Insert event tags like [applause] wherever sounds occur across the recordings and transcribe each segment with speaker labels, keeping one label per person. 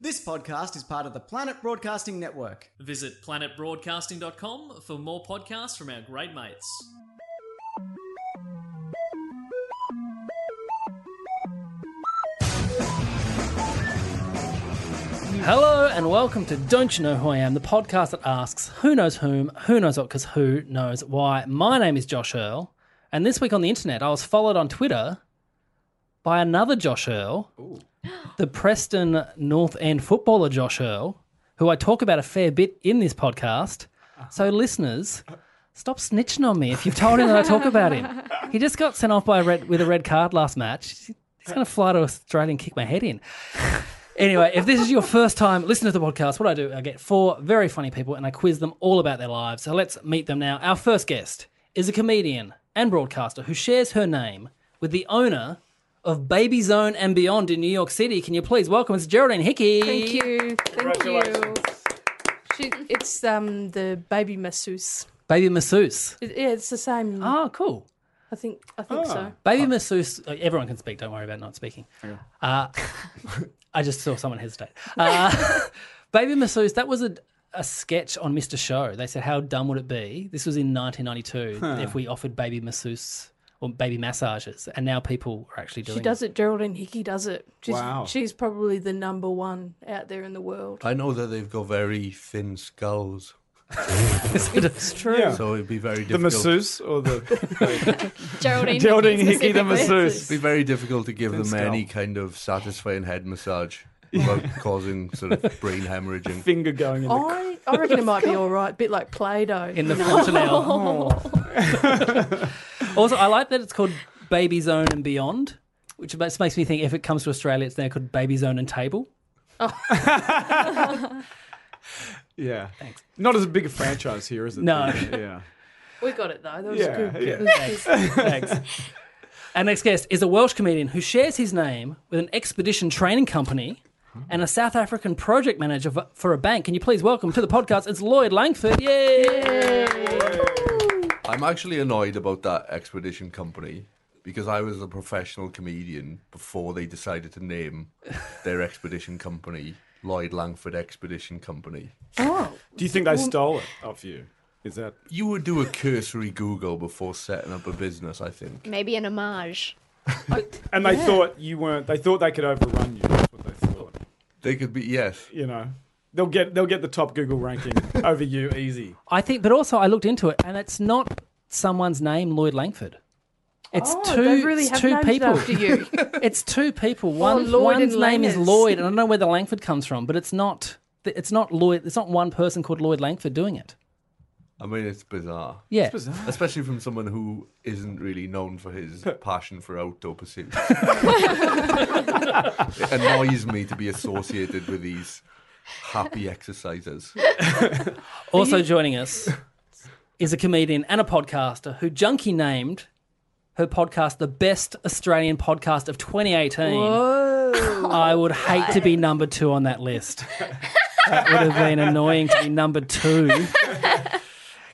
Speaker 1: This podcast is part of the Planet Broadcasting Network.
Speaker 2: Visit planetbroadcasting.com for more podcasts from our great mates.
Speaker 3: Hello and welcome to Don't You Know Who I Am, the podcast that asks who knows whom, who knows what, because who knows why. My name is Josh Earl, and this week on the internet, I was followed on Twitter by another Josh Earl, the Preston North End footballer Josh Earl, who I talk about a fair bit in this podcast. So, listeners, stop snitching on me if you've told him that I talk about him. He just got sent off by a red, with a red card last match. He's going to fly to Australia and kick my head in. Anyway, if this is your first time listening to the podcast, what I do, I get four very funny people and I quiz them all about their lives. So let's meet them now. Our first guest is a comedian and broadcaster who shares her name with the owner of Baby Zone and Beyond in New York City. Can you please welcome it's Geraldine Hickey?
Speaker 4: Thank you. Thank you. She, it's um the baby masseuse.
Speaker 3: Baby masseuse.
Speaker 4: It, yeah, it's the same.
Speaker 5: Ah.
Speaker 3: Oh, cool.
Speaker 4: I think I think so.
Speaker 3: Baby masseuse. oh, Everyone can speak. Don't worry about not speaking. Uh, [laughs] I just saw someone hesitate. Uh, Baby masseuse. That was a, a sketch on Mr. Show. They said, "How dumb would it be?" This was in 1992. If we offered baby masseuse or baby massages, and now people are actually doing.
Speaker 4: She does it. Geraldine Hickey does it. She's,
Speaker 5: Wow.
Speaker 4: She's probably the number one out there in
Speaker 5: [laughs]
Speaker 4: the world.
Speaker 6: I know that they've got very thin skulls,
Speaker 3: [laughs]
Speaker 4: It's true.
Speaker 5: Yeah.
Speaker 6: so it'd be very
Speaker 5: The
Speaker 6: difficult.
Speaker 5: masseuse or
Speaker 6: [laughs]
Speaker 5: the
Speaker 7: Geraldine,
Speaker 5: Geraldine
Speaker 7: Hickey
Speaker 5: Hickey, the
Speaker 7: specifically.
Speaker 5: masseuse.
Speaker 4: [laughs]
Speaker 6: It'd be very difficult to give
Speaker 5: Thin
Speaker 6: them any
Speaker 5: skull.
Speaker 6: kind of satisfying head massage without causing
Speaker 5: [laughs]
Speaker 6: sort of brain hemorrhaging.
Speaker 5: Finger going in the.
Speaker 4: I, I reckon it might be all right. Bit like Play-Doh.
Speaker 3: in the fontanelle.
Speaker 4: [laughs]
Speaker 3: [laughs] also, I like that it's called Baby Zone and Beyond, which just makes me think if it comes to Australia, it's now called Baby Zone and Table.
Speaker 5: yeah. Thanks. Not as big a franchise here, is it?
Speaker 3: No.
Speaker 5: Yeah.
Speaker 4: we got it though. That was
Speaker 5: Yeah,
Speaker 4: good.
Speaker 5: yeah.
Speaker 4: It was good.
Speaker 3: Thanks. Our next guest is a Welsh comedian who shares his name with an expedition training company and a South African project manager for- for a bank. Can you please welcome to the podcast? It's Lloyd Langford. Yay!
Speaker 6: I'm actually annoyed about that expedition company because I was a professional comedian before they decided to name
Speaker 5: [laughs]
Speaker 6: their expedition company Lloyd Langford Expedition Company.
Speaker 5: Do you think they stole it off you? Is that
Speaker 6: You would do a cursory Google before setting up a business, I think.
Speaker 7: Maybe an homage.
Speaker 5: [laughs] and they thought you weren't. They thought they could overrun you. That's what they thought.
Speaker 6: They could be, yes.
Speaker 5: You know, they'll get they'll get the top Google ranking
Speaker 3: [laughs]
Speaker 5: over you easy.
Speaker 3: I think, but also I looked into it, and it's not someone's name, Lloyd Langford. It's
Speaker 4: Oh,
Speaker 3: two,
Speaker 4: they really
Speaker 3: it's
Speaker 4: have
Speaker 3: two
Speaker 4: named it
Speaker 3: people.
Speaker 4: after [laughs] you.
Speaker 3: [laughs] It's two people. One
Speaker 4: Lloyd
Speaker 3: one's
Speaker 4: and
Speaker 3: name is
Speaker 4: Langers.
Speaker 3: Lloyd, and I don't know where the Langford comes from, but it's not. It's not Lloyd. It's not one person called Lloyd Langford doing it.
Speaker 6: I mean, it's bizarre.
Speaker 3: Yeah,
Speaker 6: Especially from someone who isn't really known for [laughs] his passion for outdoor [laughs] pursuits. it annoys me to be associated with these happy exercises.
Speaker 3: Also joining us is a comedian and a podcaster who Junkie named her podcast the best Australian podcast of 2018. I would hate to be number two on that list. that would have been annoying to be number two.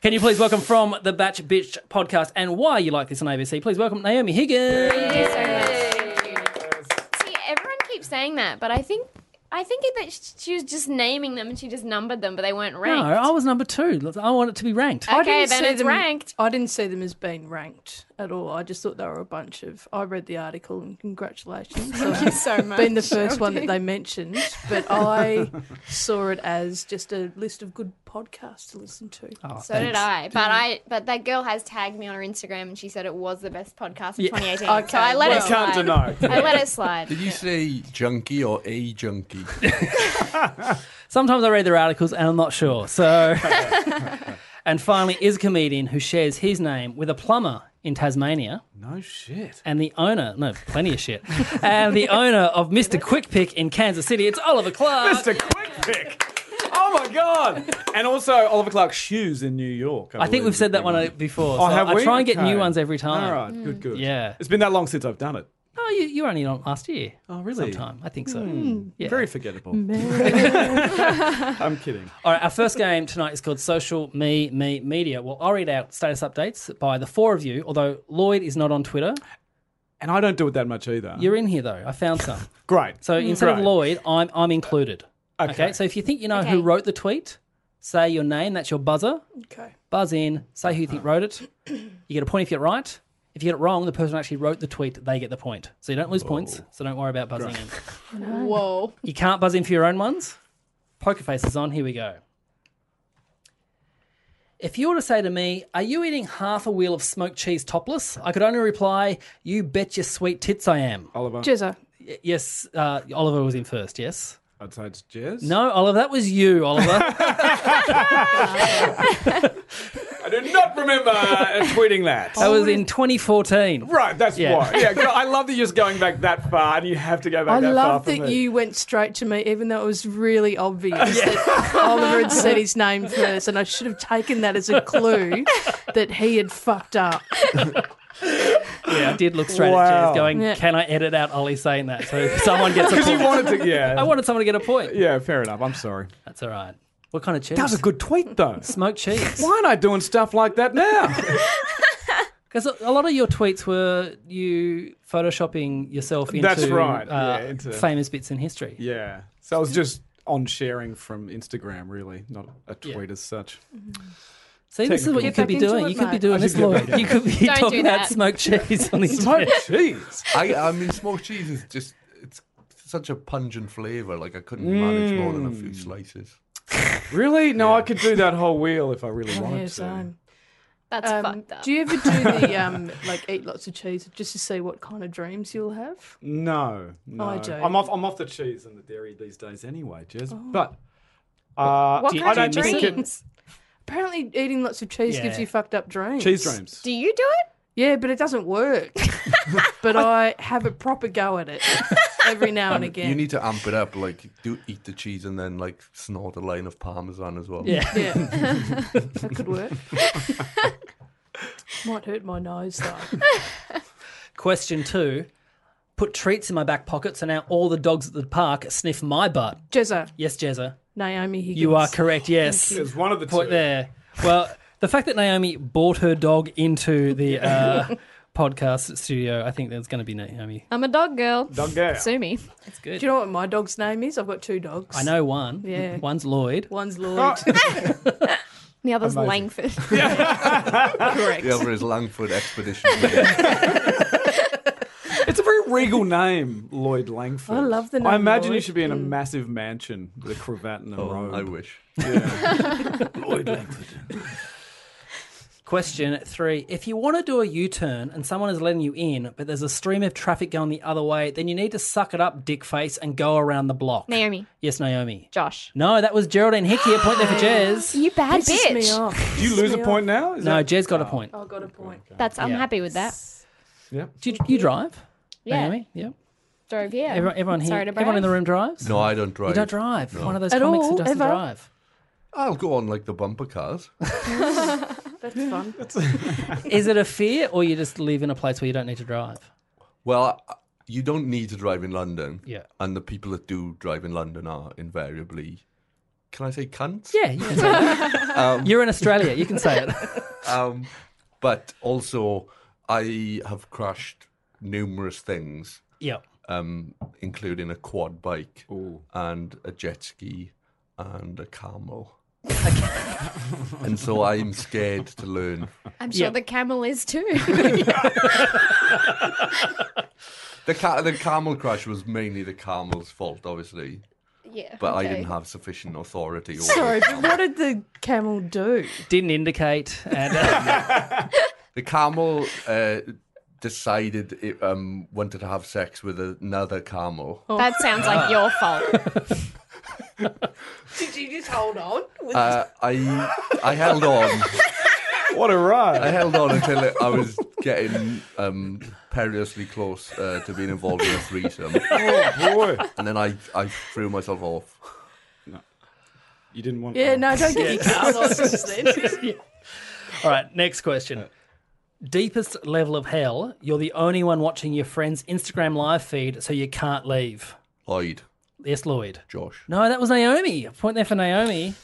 Speaker 3: Can you please welcome from the Batch Bitch podcast and why you like this on ABC? Please welcome Naomi Higgins.
Speaker 7: See, everyone keeps saying that, but I think I think that sh- she was just naming them and she just numbered them, but they weren't
Speaker 3: No,
Speaker 7: ranked.
Speaker 3: I was number two. I want it to be ranked.
Speaker 4: I
Speaker 7: Okay,
Speaker 4: didn't
Speaker 7: then
Speaker 4: see
Speaker 7: it's
Speaker 4: them,
Speaker 7: ranked.
Speaker 4: I didn't see them as being ranked at all. I just thought they were a bunch of. I read the article and [laughs] congratulations. So
Speaker 7: Thank you so much.
Speaker 4: Been the first one that they mentioned, but I saw it as just a list of good podcasts to listen to.
Speaker 8: Oh.
Speaker 7: so did I, but I but that girl has tagged me on her Instagram and she said it was the best podcast of 2018. so I let
Speaker 4: well-
Speaker 7: it
Speaker 4: I
Speaker 7: slide.
Speaker 5: can't deny.
Speaker 7: I let it
Speaker 5: [laughs]
Speaker 7: slide.
Speaker 6: Did you say junkie or a junkie?
Speaker 3: Sometimes I read their articles and I'm
Speaker 7: [laughs]
Speaker 3: not [laughs] sure. So, and finally, is a comedian who shares his name with a plumber in Tasmania,
Speaker 8: No shit.
Speaker 3: and the owner, no, plenty of shit, and the owner of Mr. Quick Pick in Kansas City, it's Oliver Clark.
Speaker 8: Mr. Quick Pick. Oh my god! And also Oliver Clark shoes in New York.
Speaker 3: I think
Speaker 8: believe
Speaker 3: we've
Speaker 8: is
Speaker 3: said
Speaker 8: the
Speaker 3: that one
Speaker 8: big
Speaker 3: uh, before.
Speaker 8: Oh,
Speaker 3: so
Speaker 8: have
Speaker 3: I
Speaker 8: we?
Speaker 3: try and get
Speaker 8: Okay.
Speaker 3: new ones every time.
Speaker 8: All right, good, good.
Speaker 3: Yeah.
Speaker 8: It's been that long since I've done it.
Speaker 3: Oh, you, you were only on last year.
Speaker 8: Oh, really? Hmm.
Speaker 3: Sometime. I think so. Mm. Yeah.
Speaker 8: Very forgettable. [laughs] I'm kidding.
Speaker 3: All right, our first game tonight is called Social Me Me Media. Well, I'll read out status updates by the four of you, although Lloyd is not on Twitter.
Speaker 8: And I don't do it that much either.
Speaker 3: You're in here, though. I found some.
Speaker 8: Great. [laughs]
Speaker 4: Mm.
Speaker 3: So instead of
Speaker 8: Right.
Speaker 3: Lloyd, I'm, I'm included. Okay.
Speaker 8: Okay.
Speaker 3: So if you think you know
Speaker 7: Okay.
Speaker 3: who wrote the tweet, say your name. That's your buzzer.
Speaker 4: Okay.
Speaker 3: Buzz in, say who you think wrote it. You get a point if you get it right. If you get it wrong, the person who actually wrote the tweet, they get the point. So you don't lose points. So don't worry about buzzing in.
Speaker 7: Whoa.
Speaker 3: You can't buzz in for your own ones. Poker face is on. Here we go. If you were to say to me, Are you eating half a wheel of smoked cheese topless? I could only reply, You bet your sweet tits I am.
Speaker 8: Oliver,
Speaker 4: Jezza.
Speaker 3: Y- Yes, uh, Oliver was in first, yes?
Speaker 8: I'd say it's Jez.
Speaker 3: No, Oliver, that was you, Oliver.
Speaker 8: [laughs] I do not
Speaker 3: [laughs]
Speaker 8: remember uh, tweeting that.
Speaker 3: that was in 2014.
Speaker 8: Right, that's
Speaker 3: Oh. Yeah.
Speaker 8: why. Yeah, go- I love that you're just going back that far, and you have to go back
Speaker 4: I
Speaker 8: that
Speaker 4: love
Speaker 8: far for
Speaker 4: that
Speaker 8: me. [laughs]
Speaker 4: you went straight to me, even though it was really [laughs] obvious that Oliver had said his name first, and I should have taken that as a [laughs] clue that he had fucked up.
Speaker 3: Yeah, I did look straight at
Speaker 8: Wow.
Speaker 3: Jez going,
Speaker 4: Yeah.
Speaker 3: Can I edit out Ollie saying that so someone
Speaker 8: [laughs]
Speaker 3: gets a
Speaker 8: Because you
Speaker 3: point?
Speaker 8: wanted to. Yeah.
Speaker 3: I wanted someone to get a point.
Speaker 8: [laughs] yeah, fair enough.
Speaker 3: [laughs]
Speaker 8: I'm sorry.
Speaker 3: That's all right. What kind of cheese?
Speaker 8: That was a good tweet, though.
Speaker 3: [laughs] smoked cheese.
Speaker 8: Why am I doing stuff like
Speaker 3: [laughs]
Speaker 8: that now?
Speaker 3: Because a lot of your tweets were you photoshopping yourself into,
Speaker 8: That's right,
Speaker 3: uh,
Speaker 8: yeah, into-
Speaker 3: famous bits in history.
Speaker 8: yeah. So I was just on sharing from Instagram, really, not a tweet as such.
Speaker 3: See, this is what you
Speaker 8: Technical. Get
Speaker 3: could
Speaker 4: back
Speaker 3: be
Speaker 4: into
Speaker 3: doing.
Speaker 4: it,
Speaker 3: you could be
Speaker 4: mate.
Speaker 3: doing this, Lloyd. You could be
Speaker 7: Don't
Speaker 3: talking
Speaker 7: do
Speaker 3: about
Speaker 7: that.
Speaker 3: smoked cheese on the
Speaker 8: Smoked
Speaker 3: internet.
Speaker 8: [laughs] cheese.
Speaker 6: I, I mean, smoked cheese is just it's such a pungent flavour. Like I couldn't manage more than a few slices.
Speaker 8: Really? No, I could do that whole wheel if I really wanted
Speaker 4: Yeah,
Speaker 8: to.
Speaker 4: same.
Speaker 7: That's
Speaker 4: Um,
Speaker 7: fucked up.
Speaker 4: do you ever do the um, like eat lots of cheese just to see what kind of dreams you'll have?
Speaker 8: No, no.
Speaker 4: Oh, I Oh. don't.
Speaker 8: I'm off. I'm off the cheese and the dairy these days, anyway, Jez. But uh,
Speaker 7: what
Speaker 3: do you-
Speaker 7: kind
Speaker 3: I
Speaker 7: of
Speaker 3: don't think it-
Speaker 7: dreams?
Speaker 4: Apparently, eating lots of cheese gives
Speaker 3: Yeah.
Speaker 4: you fucked up dreams.
Speaker 8: cheese dreams.
Speaker 7: Do you do it?
Speaker 4: Yeah, but it doesn't work. but I have a proper go at it every now and again.
Speaker 6: You need to amp it up. Like do eat the cheese and then like snort a line of parmesan as well.
Speaker 3: Yeah.
Speaker 4: Yeah, that could work. [laughs] Might hurt my nose though.
Speaker 3: Question two: Put treats in my back pocket, so now all the dogs at the park sniff my butt.
Speaker 4: Jezza,
Speaker 3: Yes, Jezza,
Speaker 4: Naomi Higgins.
Speaker 3: you are correct. Yes,
Speaker 8: There's one of the
Speaker 3: point
Speaker 8: two.
Speaker 3: there. Well, the fact that Naomi bought her dog into [laughs] the uh, podcast studio, I think there's going to be Naomi.
Speaker 7: I'm a dog girl.
Speaker 8: Dog girl.
Speaker 7: Sue me.
Speaker 3: That's good.
Speaker 4: Do you know what my dog's name is? I've got two dogs.
Speaker 3: I know one.
Speaker 4: Yeah.
Speaker 3: One's Lloyd.
Speaker 4: One's [laughs] Lloyd.
Speaker 7: The other's Langford.
Speaker 6: The other is Langford Expedition. Brigade.
Speaker 8: It's a very regal name, Lloyd Langford.
Speaker 4: I love the
Speaker 8: I
Speaker 4: name
Speaker 8: imagine you
Speaker 4: Lloyd. Mm.
Speaker 8: should be in a massive mansion with a cravat and a robe.
Speaker 6: Oh, I wish.
Speaker 8: Lloyd Langford.
Speaker 3: Question three. If you want to do a U turn and someone is letting you in, but there's a stream of traffic going the other way, then you need to suck it up, dick face, and go around the block.
Speaker 7: Naomi.
Speaker 3: Yes, Naomi.
Speaker 7: Josh.
Speaker 3: No, that was Geraldine Hickey. A point there for Jez.
Speaker 7: You bad
Speaker 4: Piss me
Speaker 7: bitch.
Speaker 4: off. Oh,
Speaker 8: Do you lose a point now? Is
Speaker 3: No,
Speaker 8: that-
Speaker 3: Jez got a point.
Speaker 4: I got a point.
Speaker 7: That's I'm
Speaker 3: Yeah.
Speaker 7: happy with that.
Speaker 3: Do you, you drive?
Speaker 7: Yeah.
Speaker 3: Naomi? Yep.
Speaker 7: Drove here.
Speaker 3: Everyone, everyone here.
Speaker 7: Sorry to
Speaker 3: everyone in the
Speaker 7: brag.
Speaker 3: room drives?
Speaker 6: No, I don't drive.
Speaker 3: [laughs] You don't drive. One of those
Speaker 4: At
Speaker 3: comics
Speaker 4: all,
Speaker 3: that doesn't
Speaker 4: ever?
Speaker 3: drive.
Speaker 6: I'll go on like the bumper cars.
Speaker 4: That's fun.
Speaker 3: Is it a fear or you just live in a place where you don't need to drive?
Speaker 6: Well, you don't need to drive in London.
Speaker 3: Yeah.
Speaker 6: And the people that do drive in London are invariably, can I say cunts?
Speaker 3: Yeah, you can say that. [laughs] Um, You're in Australia. You can say it.
Speaker 6: Um, but also, I have crashed numerous things,
Speaker 3: yep.
Speaker 6: um, including a quad bike and a jet ski and
Speaker 3: [laughs]
Speaker 6: a camel. and so I'm scared to learn.
Speaker 7: I'm sure
Speaker 3: Yeah.
Speaker 7: the camel is too.
Speaker 6: The, ca- the camel crash was mainly the camel's fault, obviously,
Speaker 7: yeah.
Speaker 6: but I
Speaker 7: okay.
Speaker 6: didn't have sufficient authority.
Speaker 4: [laughs]
Speaker 6: Over
Speaker 4: Sorry,
Speaker 6: the
Speaker 4: but
Speaker 6: camel.
Speaker 4: what did the camel do?
Speaker 3: Didn't indicate. And, [laughs] uh,
Speaker 6: The camel uh, decided it um, wanted to have sex with another camel.
Speaker 7: That sounds like your fault.
Speaker 4: Did you just hold on?
Speaker 6: Uh, I I held on.
Speaker 8: What a
Speaker 6: [laughs]
Speaker 8: ride.
Speaker 6: I held on until it, I was getting um, perilously close uh, to being involved in a threesome.
Speaker 8: Oh,
Speaker 5: boy.
Speaker 6: And then I, I threw myself off.
Speaker 5: You didn't want.
Speaker 4: Yeah, no, don't get your cars off then.
Speaker 3: All right, next question. Deepest level of hell, you're the only one watching your friend's Instagram live feed, so you can't leave.
Speaker 6: Lloyd,
Speaker 3: Yes, Lloyd.
Speaker 6: Josh.
Speaker 3: No, that was Naomi. A point there for Naomi.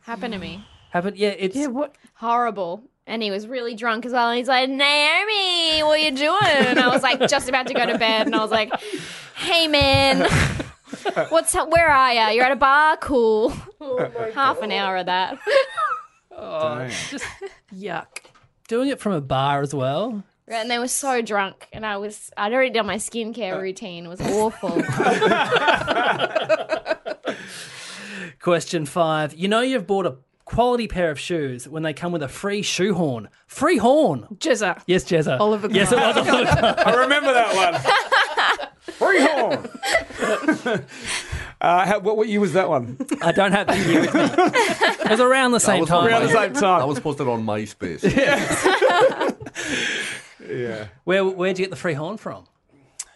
Speaker 7: Happened to me.
Speaker 3: Happened, yeah, it's.
Speaker 4: Yeah, what?
Speaker 7: Horrible. And he was really drunk as well. And he's like, Naomi, what are you doing? And I was like, just about to go to bed. And I was like, hey, man, what's up? Where are you? You're at a bar? Cool.
Speaker 8: Oh
Speaker 7: [laughs] Half an hour of that.
Speaker 4: [laughs] Yuck.
Speaker 3: Doing it from a bar as well.
Speaker 7: And they were so drunk. And I was, I'd already done my skincare routine. It was awful.
Speaker 3: Question five. You know you've bought a quality pair of shoes when they come with a free shoe horn. Free horn.
Speaker 4: Jezza.
Speaker 3: Yes, Jezza.
Speaker 4: Oliver
Speaker 3: Yes, it was Oliver
Speaker 8: I remember that one.
Speaker 7: [laughs]
Speaker 8: Freehorn. [laughs] uh, how, what, what year was that one?
Speaker 3: I don't have the year with me. It was around the same
Speaker 6: was
Speaker 3: time.
Speaker 8: Around the same time.
Speaker 6: That was posted on
Speaker 8: [laughs]
Speaker 6: MySpace.
Speaker 5: Yeah.
Speaker 3: Where where'd you get the free horn from?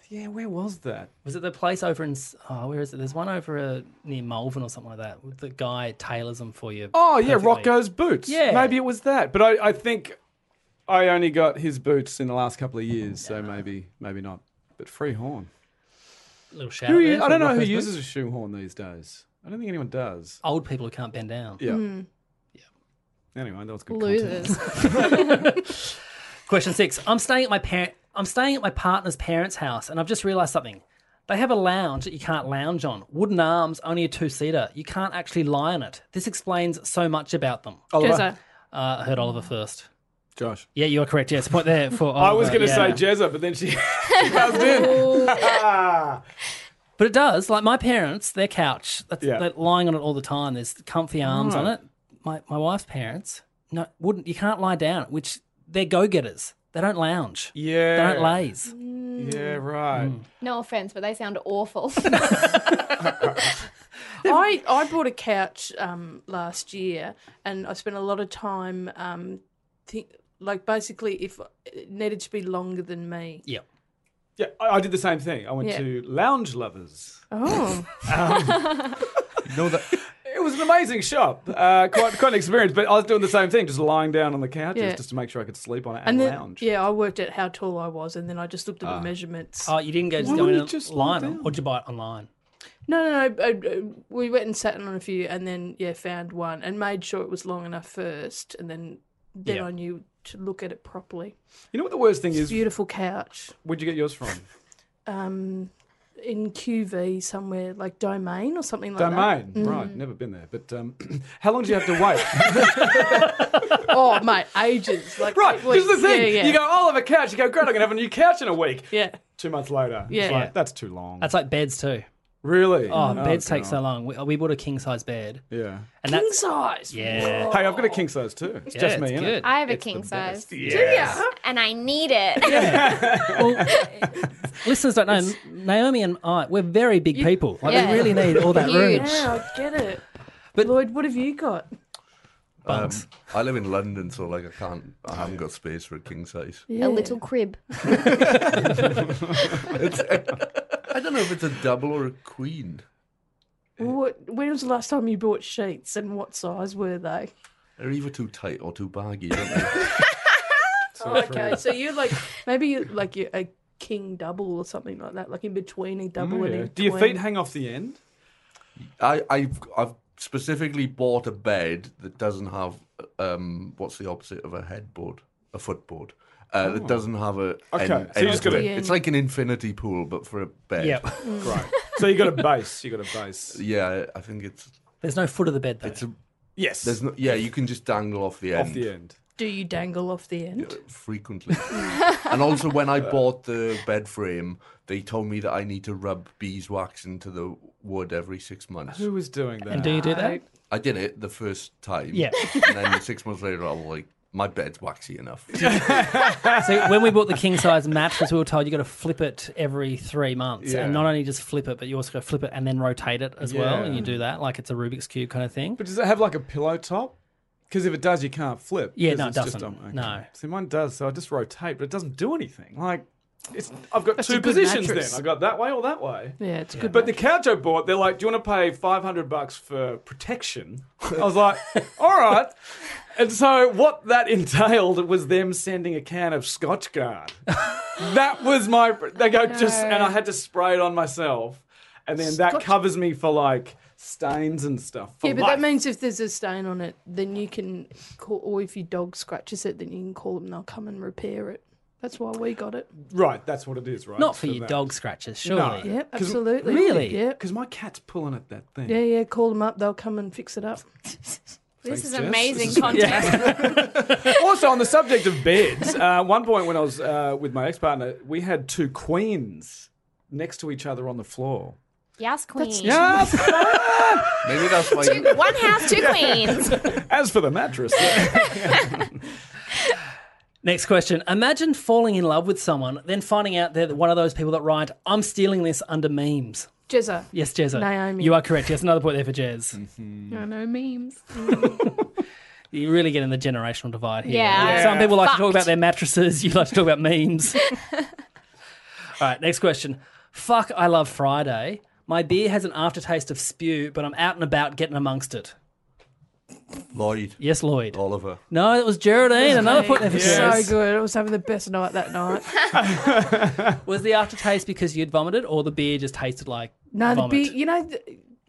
Speaker 8: Yeah, where was that?
Speaker 3: Was it the place over in S- oh where is it? There's one over uh, near Malvern or something like that. with The guy tailors them for you.
Speaker 8: Oh yeah,
Speaker 3: perfectly.
Speaker 8: Rocco's boots.
Speaker 3: Yeah.
Speaker 8: maybe it was that. But I, I think I only got his boots in the last couple of years, so maybe maybe not. But free horn.
Speaker 3: Little shout.
Speaker 8: Who
Speaker 3: out
Speaker 8: u-
Speaker 3: there
Speaker 8: I
Speaker 3: for
Speaker 8: don't know who
Speaker 3: Rocco's
Speaker 8: uses
Speaker 3: Boots.
Speaker 8: a shoehorn these days. I don't think anyone does.
Speaker 3: old people who can't bend down.
Speaker 8: Yeah. Anyway, that was good. Content.
Speaker 4: Hmm. Losers.
Speaker 3: Question six. I'm staying at my parent. I'm staying at my partner's parents' house, and I've just realised something. They have a lounge that you can't lounge on. Wooden arms, only a two-seater. You can't actually lie on it. This explains so much about them.
Speaker 8: Oliver.
Speaker 4: Jezza.
Speaker 3: Uh, I heard Oliver first.
Speaker 8: Mm. Josh.
Speaker 3: Yeah, you are correct. Yes, point there
Speaker 8: [laughs]
Speaker 3: for.
Speaker 8: I was going to
Speaker 3: yeah.
Speaker 8: say Jezza, but then she, [laughs] she buzzed
Speaker 4: [laughs]
Speaker 8: in.
Speaker 3: But it does. Like my parents, their couch, that's,
Speaker 8: Yeah.
Speaker 3: they're lying on it all the time. There's comfy arms on it. My my wife's parents, no, wouldn't you can't lie down, which they're go getters. They don't lounge. They
Speaker 8: yeah.
Speaker 3: don't lays.
Speaker 8: [laughs] Yeah,
Speaker 4: Hmm.
Speaker 8: right.
Speaker 7: no offense, but they sound
Speaker 8: [laughs]
Speaker 7: awful. [laughs]
Speaker 4: I, I bought a couch um, last year and I spent a lot of time um, think, like basically if it needed to be longer than me.
Speaker 3: Yep.
Speaker 8: Yeah, I, I did the same thing. I went
Speaker 4: Yeah.
Speaker 8: to Lounge Lovers.
Speaker 4: Oh.
Speaker 6: no, that
Speaker 8: [laughs] It was an amazing shop. Uh, quite quite an experience. But I was doing the same thing, just lying down on the couches
Speaker 4: Yeah.
Speaker 8: just to make sure I could sleep on it and,
Speaker 4: and then
Speaker 8: lounge. Ah.
Speaker 4: yeah, I worked out how tall I was and then I just looked at the measurements.
Speaker 3: Oh, you didn't go just
Speaker 8: Why
Speaker 3: go in
Speaker 8: wouldn't
Speaker 3: and
Speaker 8: you just
Speaker 3: lie
Speaker 8: lie
Speaker 3: on them,
Speaker 8: down?
Speaker 3: or did you buy it online?
Speaker 4: No, no, no. I, I, we went and sat in on a few, and then yeah, found one and made sure it was long enough first, and then then
Speaker 3: Yeah.
Speaker 4: I knew to look at it properly.
Speaker 8: You know what the worst thing is?
Speaker 4: Beautiful couch,
Speaker 8: Where'd you
Speaker 4: [laughs]
Speaker 8: get yours from?
Speaker 4: um, in QV somewhere like Domain or something like that. Mm.
Speaker 8: Domain. Right, never been there. But um, [clears throat] how long do you have to wait?
Speaker 4: [laughs]
Speaker 8: [laughs]
Speaker 4: Oh, mate, ages. Like
Speaker 8: right,
Speaker 4: eight
Speaker 8: this is the
Speaker 4: weeks.
Speaker 8: thing.
Speaker 4: Yeah, yeah.
Speaker 8: You go, I'll have a couch. You go, great, I'm going to have a new couch in a week.
Speaker 4: yeah.
Speaker 8: Two months later. it's
Speaker 4: Yeah.
Speaker 8: like,
Speaker 4: Yeah.
Speaker 8: That's too long.
Speaker 3: That's like beds too.
Speaker 8: really?
Speaker 3: Oh, beds take
Speaker 8: God.
Speaker 3: so long. We, we bought a king size bed,
Speaker 8: Yeah.
Speaker 3: and
Speaker 4: King
Speaker 3: that's
Speaker 4: size.
Speaker 3: yeah,
Speaker 8: Hey, I've got a king size too. It's
Speaker 3: yeah,
Speaker 8: just
Speaker 3: it's
Speaker 8: me, innit?
Speaker 3: good.
Speaker 7: I have a
Speaker 8: It's the
Speaker 7: king size.
Speaker 8: best. Yeah.
Speaker 7: And I need it.
Speaker 3: well, listeners don't know Naomi and I. We're very big people. Like
Speaker 7: Yeah.
Speaker 3: we really need all that
Speaker 7: Huge.
Speaker 3: room.
Speaker 4: Yeah, I get it.
Speaker 3: But-
Speaker 4: But Lloyd, what have you got?
Speaker 6: um, I live in London, so like I can't. I haven't got space for a king size.
Speaker 4: Yeah.
Speaker 7: A little
Speaker 6: [laughs]
Speaker 7: crib.
Speaker 6: I don't know if it's a double or a queen.
Speaker 4: What? When was the last time you bought sheets, and what size were they?
Speaker 6: They're either too tight or too baggy, don't
Speaker 8: [laughs]
Speaker 6: they?
Speaker 4: Oh, okay, so you're like maybe you like you're a king double or something like that, like in between a [laughs] double
Speaker 8: Oh,
Speaker 4: and
Speaker 8: yeah.
Speaker 4: a
Speaker 8: Do your
Speaker 4: tween.
Speaker 8: feet hang off the end?
Speaker 6: I, I've I've specifically bought a bed that doesn't have um what's the opposite of a headboard, a footboard. Uh, That doesn't have a.
Speaker 8: Oh. Okay, so you just
Speaker 6: to
Speaker 8: gotta-
Speaker 6: it. It's like an infinity pool, but for a bed.
Speaker 3: Yep.
Speaker 8: Right. so you got a base. You got a base.
Speaker 6: [laughs] Yeah, I think it's
Speaker 3: There's no foot of the bed though.
Speaker 6: it's a.
Speaker 8: Yes.
Speaker 6: There's no. Yeah, you can just dangle off the end.
Speaker 8: off the end.
Speaker 4: Do you dangle off the end?
Speaker 3: [laughs]
Speaker 6: frequently. and also, when I bought the bed frame, they told me that I need to rub beeswax into the wood every six months.
Speaker 8: Who was doing that?
Speaker 3: and do you do
Speaker 8: [laughs]
Speaker 3: that?
Speaker 6: I did it the first time.
Speaker 3: Yeah.
Speaker 6: And then six months later, I was like, my bed's
Speaker 3: [laughs]
Speaker 6: waxy enough.
Speaker 3: So when we bought the king size mattress, we were told you got to flip it every three months, and not only just flip it, but you also got to flip it and then rotate it as well,
Speaker 8: Yeah.
Speaker 3: and you do that like it's a Rubik's cube kind of thing.
Speaker 8: But does it have like a pillow top? Because if it does, you can't flip.
Speaker 3: Yeah,
Speaker 8: 'cause
Speaker 3: no, it
Speaker 8: it's just
Speaker 3: doesn't.
Speaker 8: on- okay.
Speaker 3: No.
Speaker 8: See, mine does, so I just rotate, but it doesn't do anything. Like, it's I've got
Speaker 4: That's a
Speaker 8: two
Speaker 4: good
Speaker 8: positions
Speaker 4: mattress.
Speaker 8: then. I've got that way or that way.
Speaker 4: Yeah, it's good.
Speaker 8: But the couch I bought, they're like, "Do you want to pay five hundred bucks for protection?" I was
Speaker 4: [laughs]
Speaker 8: like, "All right." And so what that [laughs] entailed was them sending a can of Scotch Guard. that was my. They go just, and I had to spray it on myself, and then that covers me for like stains and stuff. for
Speaker 4: yeah, but
Speaker 8: life.
Speaker 4: that means if there's a stain on it, then you can call, or if your dog scratches it, then you can call them. They'll come and repair it. That's why we got it.
Speaker 8: right. That's what it is, right?
Speaker 3: Not for your
Speaker 8: that.
Speaker 3: dog scratches, surely.
Speaker 4: Yep,
Speaker 8: 'Cause-
Speaker 4: absolutely.
Speaker 3: Really?
Speaker 4: Yep.
Speaker 8: Because my cat's pulling at that thing.
Speaker 4: Yeah, yeah. Call them up. They'll come and fix it up.
Speaker 7: [laughs] This is
Speaker 8: Jess.
Speaker 7: amazing
Speaker 8: This is
Speaker 7: content.
Speaker 8: also, on the subject of beds, uh, one point when I was uh, with my ex partner, we had two queens next to each other on the floor.
Speaker 7: Yes, queen.
Speaker 8: Yes!
Speaker 6: Maybe that's why you,
Speaker 7: Two- [laughs] one house, two queens.
Speaker 8: As for
Speaker 4: [laughs]
Speaker 8: the mattress, yeah.
Speaker 3: Next question. Imagine falling in love with someone, then finding out they're one of those people that write, I'm stealing this under memes.
Speaker 4: Jezza.
Speaker 3: Yes, Jezza.
Speaker 4: Naomi.
Speaker 3: You are correct. Yes, another point there for Jez.
Speaker 7: No, no memes.
Speaker 3: You really get in the generational divide here.
Speaker 7: Yeah. Yeah.
Speaker 3: Some people like to talk
Speaker 7: Fucked.
Speaker 3: about their mattresses, [laughs] you like to talk about
Speaker 4: [laughs]
Speaker 3: memes. All right, next question. Fuck, I love Friday. My beer has an aftertaste of spew, but I'm out and about getting amongst it.
Speaker 6: Lloyd,
Speaker 3: Yes, Lloyd.
Speaker 6: Oliver.
Speaker 3: No, it was Geraldine. Another point there for Jez.
Speaker 4: So good. I was having the best night that
Speaker 7: [laughs]
Speaker 4: night.
Speaker 3: Was the aftertaste because you'd vomited or the beer just tasted like
Speaker 4: No, the
Speaker 3: vomit?
Speaker 4: big, you know, th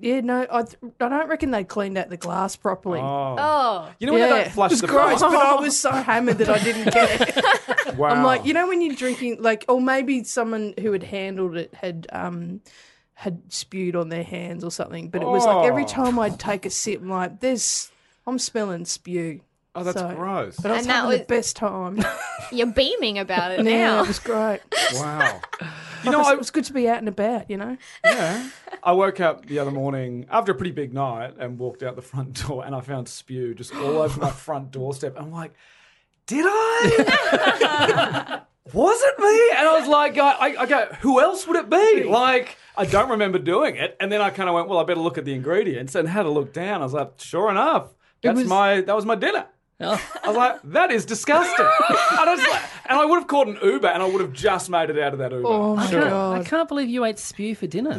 Speaker 4: yeah, no, I, th- I don't reckon they cleaned out the glass properly.
Speaker 7: Oh,
Speaker 8: You know when
Speaker 4: yeah.
Speaker 8: they don't flush
Speaker 4: it was
Speaker 8: the
Speaker 4: gross,
Speaker 8: pipes?
Speaker 4: but I was so hammered that I didn't get it.
Speaker 8: Wow.
Speaker 4: I'm like, you know, when you're drinking, like, or maybe someone who had handled it had um had spewed on their hands or something. But it was like every
Speaker 8: Oh.
Speaker 4: time I'd take a sip, I'm like, there's, I'm smelling spew.
Speaker 8: oh, that's
Speaker 4: so-
Speaker 8: gross.
Speaker 4: But I was
Speaker 7: And that
Speaker 4: having the
Speaker 7: was-
Speaker 4: best time.
Speaker 7: [laughs] you're beaming about it
Speaker 4: [laughs] yeah,
Speaker 7: now.
Speaker 4: it was great.
Speaker 8: Wow.
Speaker 4: You know, it was good to be out and about. You know,
Speaker 8: Yeah. I woke up the other morning after a pretty big night and walked out the front door and I found spew just all over my front doorstep. I'm like, did I?
Speaker 4: [laughs]
Speaker 8: was it me? And I was like, I, I, I go, who else would it be? Like, I don't remember doing it. And then I kind of went, well, I better look at the ingredients and had a look down. I was like, sure enough, that's
Speaker 4: was- Oh.
Speaker 8: my that was my dinner. I was like, that
Speaker 4: [laughs]
Speaker 8: is disgusting. and, I was like, and I would have called an Uber and I would have just made it out of that Uber.
Speaker 4: oh my
Speaker 3: I
Speaker 4: god,
Speaker 3: can't believe you ate spew for dinner.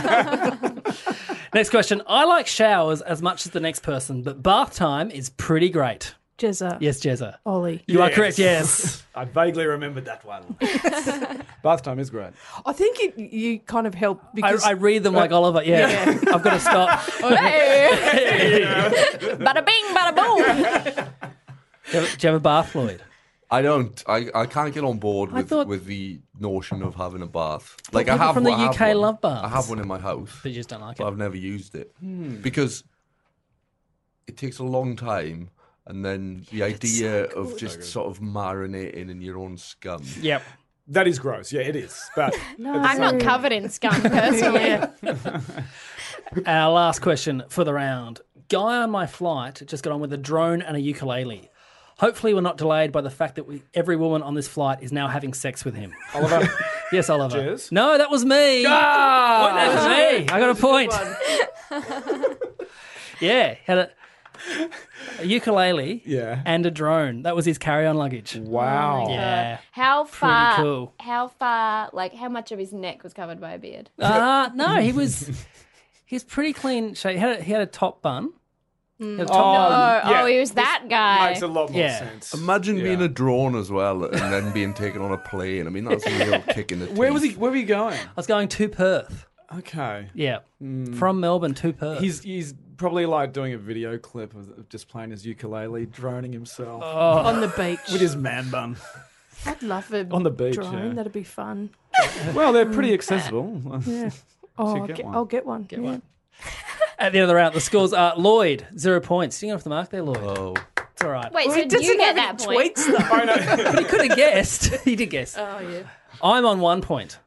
Speaker 3: [laughs] next question. I like showers as much as the next person, but bath time is pretty great.
Speaker 4: Jezza,
Speaker 3: Yes, Jezza.
Speaker 4: Ollie.
Speaker 3: You are correct, yes.
Speaker 8: [laughs] I vaguely remembered that
Speaker 7: [laughs]
Speaker 8: one. Bath time is great.
Speaker 4: I think it, you kind of help
Speaker 3: I,
Speaker 4: because
Speaker 3: [laughs]
Speaker 4: [laughs]
Speaker 3: I read them like Oliver. Uh, Yeah. [laughs] I've got to stop.
Speaker 7: Hey. bada bing, bada boom.
Speaker 3: Do you have- do you have a bath, Lloyd?
Speaker 6: I don't. I, I can't get on board
Speaker 3: I
Speaker 6: with,
Speaker 3: thought-
Speaker 6: with the notion of having a bath. Like I
Speaker 3: people
Speaker 6: have
Speaker 3: from
Speaker 6: one-
Speaker 3: the
Speaker 6: I have
Speaker 3: UK
Speaker 6: one.
Speaker 3: love baths.
Speaker 6: I have one in my house,
Speaker 3: But you just don't like it.
Speaker 6: but I've never used it
Speaker 8: Hmm.
Speaker 6: because it takes a long time. And then the idea of just sort of marinating in your own scum.
Speaker 3: Yep.
Speaker 8: That is gross. Yeah, it is.
Speaker 7: [laughs]
Speaker 8: But
Speaker 7: I'm not covered in scum
Speaker 4: [laughs]
Speaker 7: personally.
Speaker 3: Our last question for the round. Guy on my flight just got on with a drone and a ukulele. Hopefully, we're not delayed by the fact that we, every woman on this flight is now having sex with him.
Speaker 7: [laughs]
Speaker 8: Oliver,
Speaker 3: Yes, Oliver.
Speaker 8: Cheers.
Speaker 3: No, that was me.
Speaker 8: ah,
Speaker 3: That was
Speaker 7: [laughs]
Speaker 3: me. I got a point. [laughs] yeah, had a, a ukulele
Speaker 8: Yeah.
Speaker 3: and a drone. That was his carry-on luggage.
Speaker 7: Oh
Speaker 8: wow.
Speaker 3: Yeah.
Speaker 7: Uh, How far?
Speaker 3: cool.
Speaker 7: How far? Like how much of his neck was covered by a beard?
Speaker 3: Uh, no, he was he was pretty clean shaved. He had a, he had a top bun. He had a top
Speaker 7: Oh,
Speaker 3: bun.
Speaker 8: yeah.
Speaker 7: oh, he was that guy.
Speaker 8: Makes a lot more
Speaker 3: Yeah.
Speaker 8: sense.
Speaker 6: Imagine being
Speaker 8: Yeah.
Speaker 6: a drone as well and then being taken on a plane. I mean, that's
Speaker 8: [laughs]
Speaker 6: a real kick in the
Speaker 8: Where
Speaker 6: teeth.
Speaker 8: was he? Where were you going?
Speaker 3: I was going to Perth.
Speaker 8: Okay.
Speaker 3: Yeah, from Melbourne to Perth.
Speaker 8: Mm. He's he's probably like doing a video clip of just playing his ukulele, droning himself
Speaker 4: on the beach.
Speaker 8: with his man [laughs] bun.
Speaker 4: I'd love a
Speaker 8: On the beach,
Speaker 4: drone.
Speaker 8: yeah.
Speaker 4: That'd be fun.
Speaker 8: well, they're pretty accessible.
Speaker 4: Oh, I'll
Speaker 8: get
Speaker 4: get,
Speaker 8: one.
Speaker 4: I'll get one. yeah.
Speaker 3: At the end of the round, the scores are Lloyd zero points. You got off the mark there, Lloyd.
Speaker 6: Oh,
Speaker 3: It's all right.
Speaker 7: Wait,
Speaker 4: Well,
Speaker 7: so
Speaker 4: it doesn't
Speaker 7: you get
Speaker 4: have
Speaker 7: that
Speaker 4: any
Speaker 7: point?
Speaker 4: tweets though.
Speaker 3: He could [laughs] have guessed. he did guess.
Speaker 4: oh yeah.
Speaker 3: I'm on one point.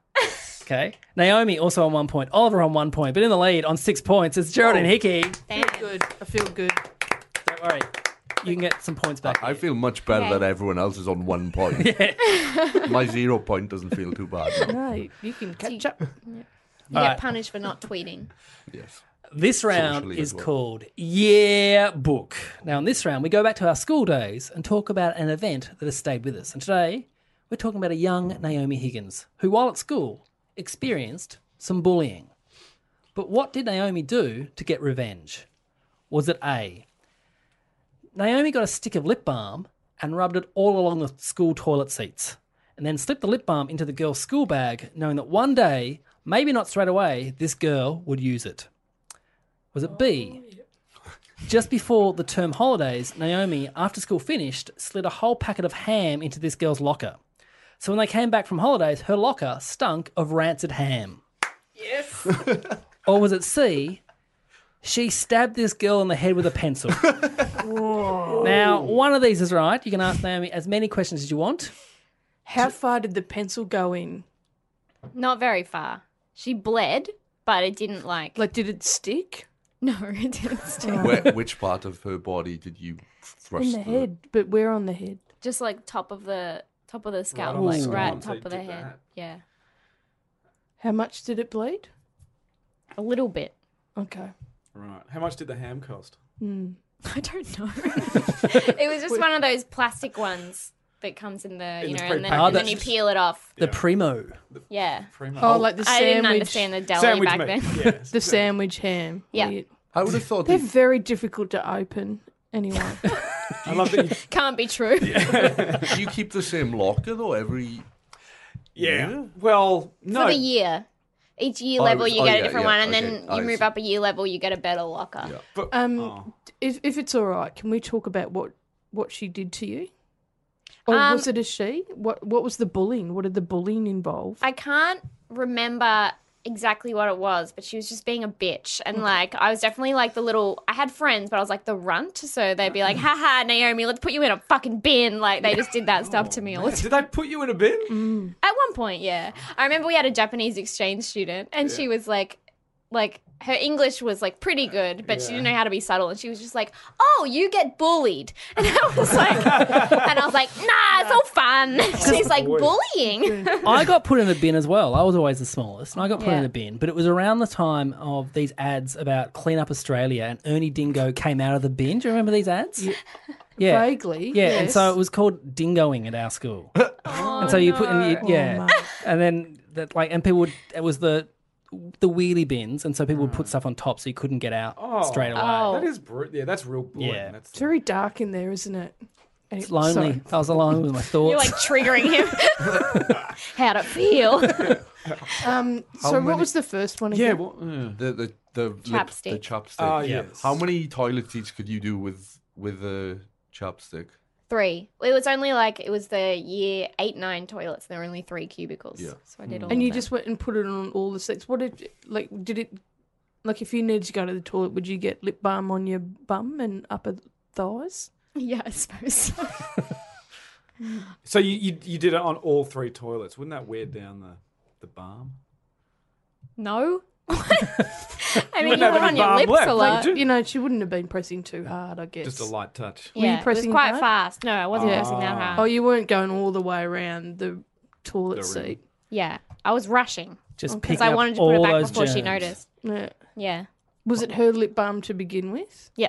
Speaker 3: Okay. Naomi also on one point. Oliver on one point. But in the lead on six points is Geraldine
Speaker 4: Oh.
Speaker 3: Hickey.
Speaker 7: Damn.
Speaker 4: Good. I feel good.
Speaker 3: Don't worry. You can get some points back.
Speaker 6: I feel much better
Speaker 7: Okay.
Speaker 6: that everyone else is on one
Speaker 8: [laughs]
Speaker 6: point. My zero point doesn't feel too bad. now.
Speaker 4: No, you can catch up.
Speaker 7: You get punished for not tweeting.
Speaker 6: Yes.
Speaker 3: This round
Speaker 6: Socially
Speaker 3: is
Speaker 6: as well.
Speaker 3: called Yeah Book. Now, in this round, we go back to our school days and talk about an event that has stayed with us. And today, we're talking about a young Naomi Higgins who, while at school, experienced some bullying. But what did Naomi do to get revenge? Was it A? Naomi got a stick of lip balm and rubbed it all along the school toilet seats, and then slipped the lip balm into the girl's school bag, knowing that one day, maybe not straight away, this girl would use it. Was it B? Just before the term holidays, Naomi, after school finished, slid a whole packet of ham into this girl's locker. So when they came back from holidays, her locker stunk of rancid ham. Yes. [laughs] or was it C? She stabbed this girl in the head with a pencil. now, one of these is right. You can ask Naomi as many questions as you want.
Speaker 4: How far did the pencil go in?
Speaker 7: Not very far. She bled, but it didn't like. [laughs]
Speaker 4: Like, did it stick? Oh.
Speaker 7: no, it didn't stick.
Speaker 6: Where, which part of her body did you thrust?
Speaker 4: In the head, but where on the head?
Speaker 7: Just like top of the top of the scalp,
Speaker 5: on the
Speaker 7: like
Speaker 5: scalp,
Speaker 7: right
Speaker 5: so
Speaker 7: top of the
Speaker 5: did
Speaker 7: head.
Speaker 5: that.
Speaker 7: Yeah,
Speaker 4: How much did it bleed?
Speaker 7: a little bit.
Speaker 4: Okay.
Speaker 5: Right. How much did the ham cost?
Speaker 7: I don't know. it was just one of those plastic ones that comes in the you
Speaker 5: the
Speaker 7: know, and then,
Speaker 5: pre-packaged.
Speaker 7: and then you peel it off.
Speaker 3: The primo.
Speaker 7: Yeah,
Speaker 4: Oh, like the
Speaker 7: I
Speaker 4: sandwich.
Speaker 7: didn't understand the deli
Speaker 5: Sandwich
Speaker 7: back
Speaker 5: meat.
Speaker 7: then. [laughs]
Speaker 5: Yeah.
Speaker 4: The sandwich ham.
Speaker 7: Yeah.
Speaker 4: Weird.
Speaker 6: I would
Speaker 7: [laughs]
Speaker 6: have thought
Speaker 4: They're
Speaker 6: they
Speaker 4: very difficult to open. Anyway,
Speaker 8: [laughs]
Speaker 5: I love [laughs] that. You,
Speaker 7: Can't be true.
Speaker 6: Do you keep the same locker though every
Speaker 5: yeah.
Speaker 6: Yeah.
Speaker 5: Well, no.
Speaker 7: For the year. Each year
Speaker 6: Oh,
Speaker 7: level,
Speaker 6: it's-
Speaker 7: you
Speaker 6: oh,
Speaker 7: get a
Speaker 6: yeah,
Speaker 7: different
Speaker 6: yeah,
Speaker 7: one, and
Speaker 6: okay,
Speaker 7: then
Speaker 6: I
Speaker 7: you move
Speaker 6: see.
Speaker 7: up a year level, you get a better locker.
Speaker 6: Yeah.
Speaker 5: But,
Speaker 4: um,
Speaker 5: oh.
Speaker 4: if if it's all right, can we talk about what what she did to you? Or
Speaker 7: Um,
Speaker 4: was it a she? What what was the bullying? What did the bullying involve?
Speaker 7: I can't remember exactly what it was, but she was just being a bitch. And like, I was definitely like the little, I had friends, but I was like the runt. So they'd be like, haha, Naomi, let's put you in a fucking bin. Like, they just did that stuff to me all the
Speaker 5: [laughs]
Speaker 7: time.
Speaker 5: Did they put you in a
Speaker 7: Mm,
Speaker 5: bin?
Speaker 7: At one point, yeah. I remember we had a Japanese exchange student, and she was like, like, her English was like pretty good, but she didn't know [laughs] how to be subtle, and she was just like, "Oh, you get bullied," and I
Speaker 5: [laughs]
Speaker 7: was like, "And I was like, nah, it's all fun." [laughs] She's like,
Speaker 5: [laughs]
Speaker 7: "Bullying."
Speaker 3: I got put in the bin as well. I was always the smallest, and I got put in
Speaker 7: Yeah.
Speaker 3: the bin. But it was around the time of these ads about Clean Up Australia, and Ernie Dingo came out of the bin. Do you remember these ads? Yeah. Yeah.
Speaker 4: Vaguely.
Speaker 3: and so it was called dingoing at
Speaker 5: [laughs]
Speaker 3: our school. and so you put in,
Speaker 7: Oh,
Speaker 3: you, yeah, and then that like, and people would. It was the the wheelie bins, and so people would put
Speaker 7: Mm.
Speaker 3: stuff on top so you couldn't get out straight away.
Speaker 5: Oh.
Speaker 7: Oh.
Speaker 4: Oh.
Speaker 5: That is brutal. Yeah, that's real bullying.
Speaker 3: Yeah.
Speaker 5: That's
Speaker 4: It's very dark in there, isn't it? And
Speaker 3: It's lonely. I was alone with my thoughts.
Speaker 7: You're like triggering him. How'd it feel?
Speaker 4: Um,
Speaker 3: Oh,
Speaker 4: so what was the first one?
Speaker 5: [laughs]
Speaker 4: Again?
Speaker 5: yeah. Well, yeah.
Speaker 6: the the the lip- the
Speaker 7: Chapstick.
Speaker 6: chapstick?
Speaker 5: Ah, yes.
Speaker 6: How many toilet seats could you do with with a chapstick?
Speaker 7: Three. It was only like it was the year eight, nine toilets. and There were only three cubicles,
Speaker 6: Yeah.
Speaker 7: so I did all.
Speaker 4: And
Speaker 7: of
Speaker 4: you
Speaker 7: them.
Speaker 4: just went and put it on all the seats. What did like? Did it like if you needed to go to the toilet, would you get lip balm on your bum and upper thighs?
Speaker 7: yeah, I suppose. so.
Speaker 5: So you, you you did it on all three toilets. Wouldn't that wear down the the balm?
Speaker 7: no. [laughs] I mean,
Speaker 5: wouldn't
Speaker 7: you
Speaker 5: have any
Speaker 7: were on your
Speaker 5: barb
Speaker 7: lips
Speaker 5: left,
Speaker 7: a
Speaker 5: would
Speaker 7: lot.
Speaker 5: you?
Speaker 4: You know, she wouldn't have been pressing too hard, I guess.
Speaker 5: Just a light touch.
Speaker 4: Were you
Speaker 7: Yeah, it was
Speaker 4: pressing
Speaker 7: quite
Speaker 4: hard?
Speaker 7: fast. No, I wasn't pressing that hard.
Speaker 4: Oh, you weren't going all the way around the
Speaker 5: The
Speaker 4: toilet
Speaker 5: room.
Speaker 4: seat.
Speaker 7: Yeah, I was rushing
Speaker 3: just
Speaker 7: because
Speaker 3: picking
Speaker 7: "Oh, I
Speaker 3: up
Speaker 7: wanted to
Speaker 3: all
Speaker 7: put it back
Speaker 3: those
Speaker 7: before she
Speaker 3: germs.
Speaker 7: noticed.
Speaker 4: Yeah.
Speaker 7: Yeah,
Speaker 4: Was it her lip balm to begin with?
Speaker 7: yeah,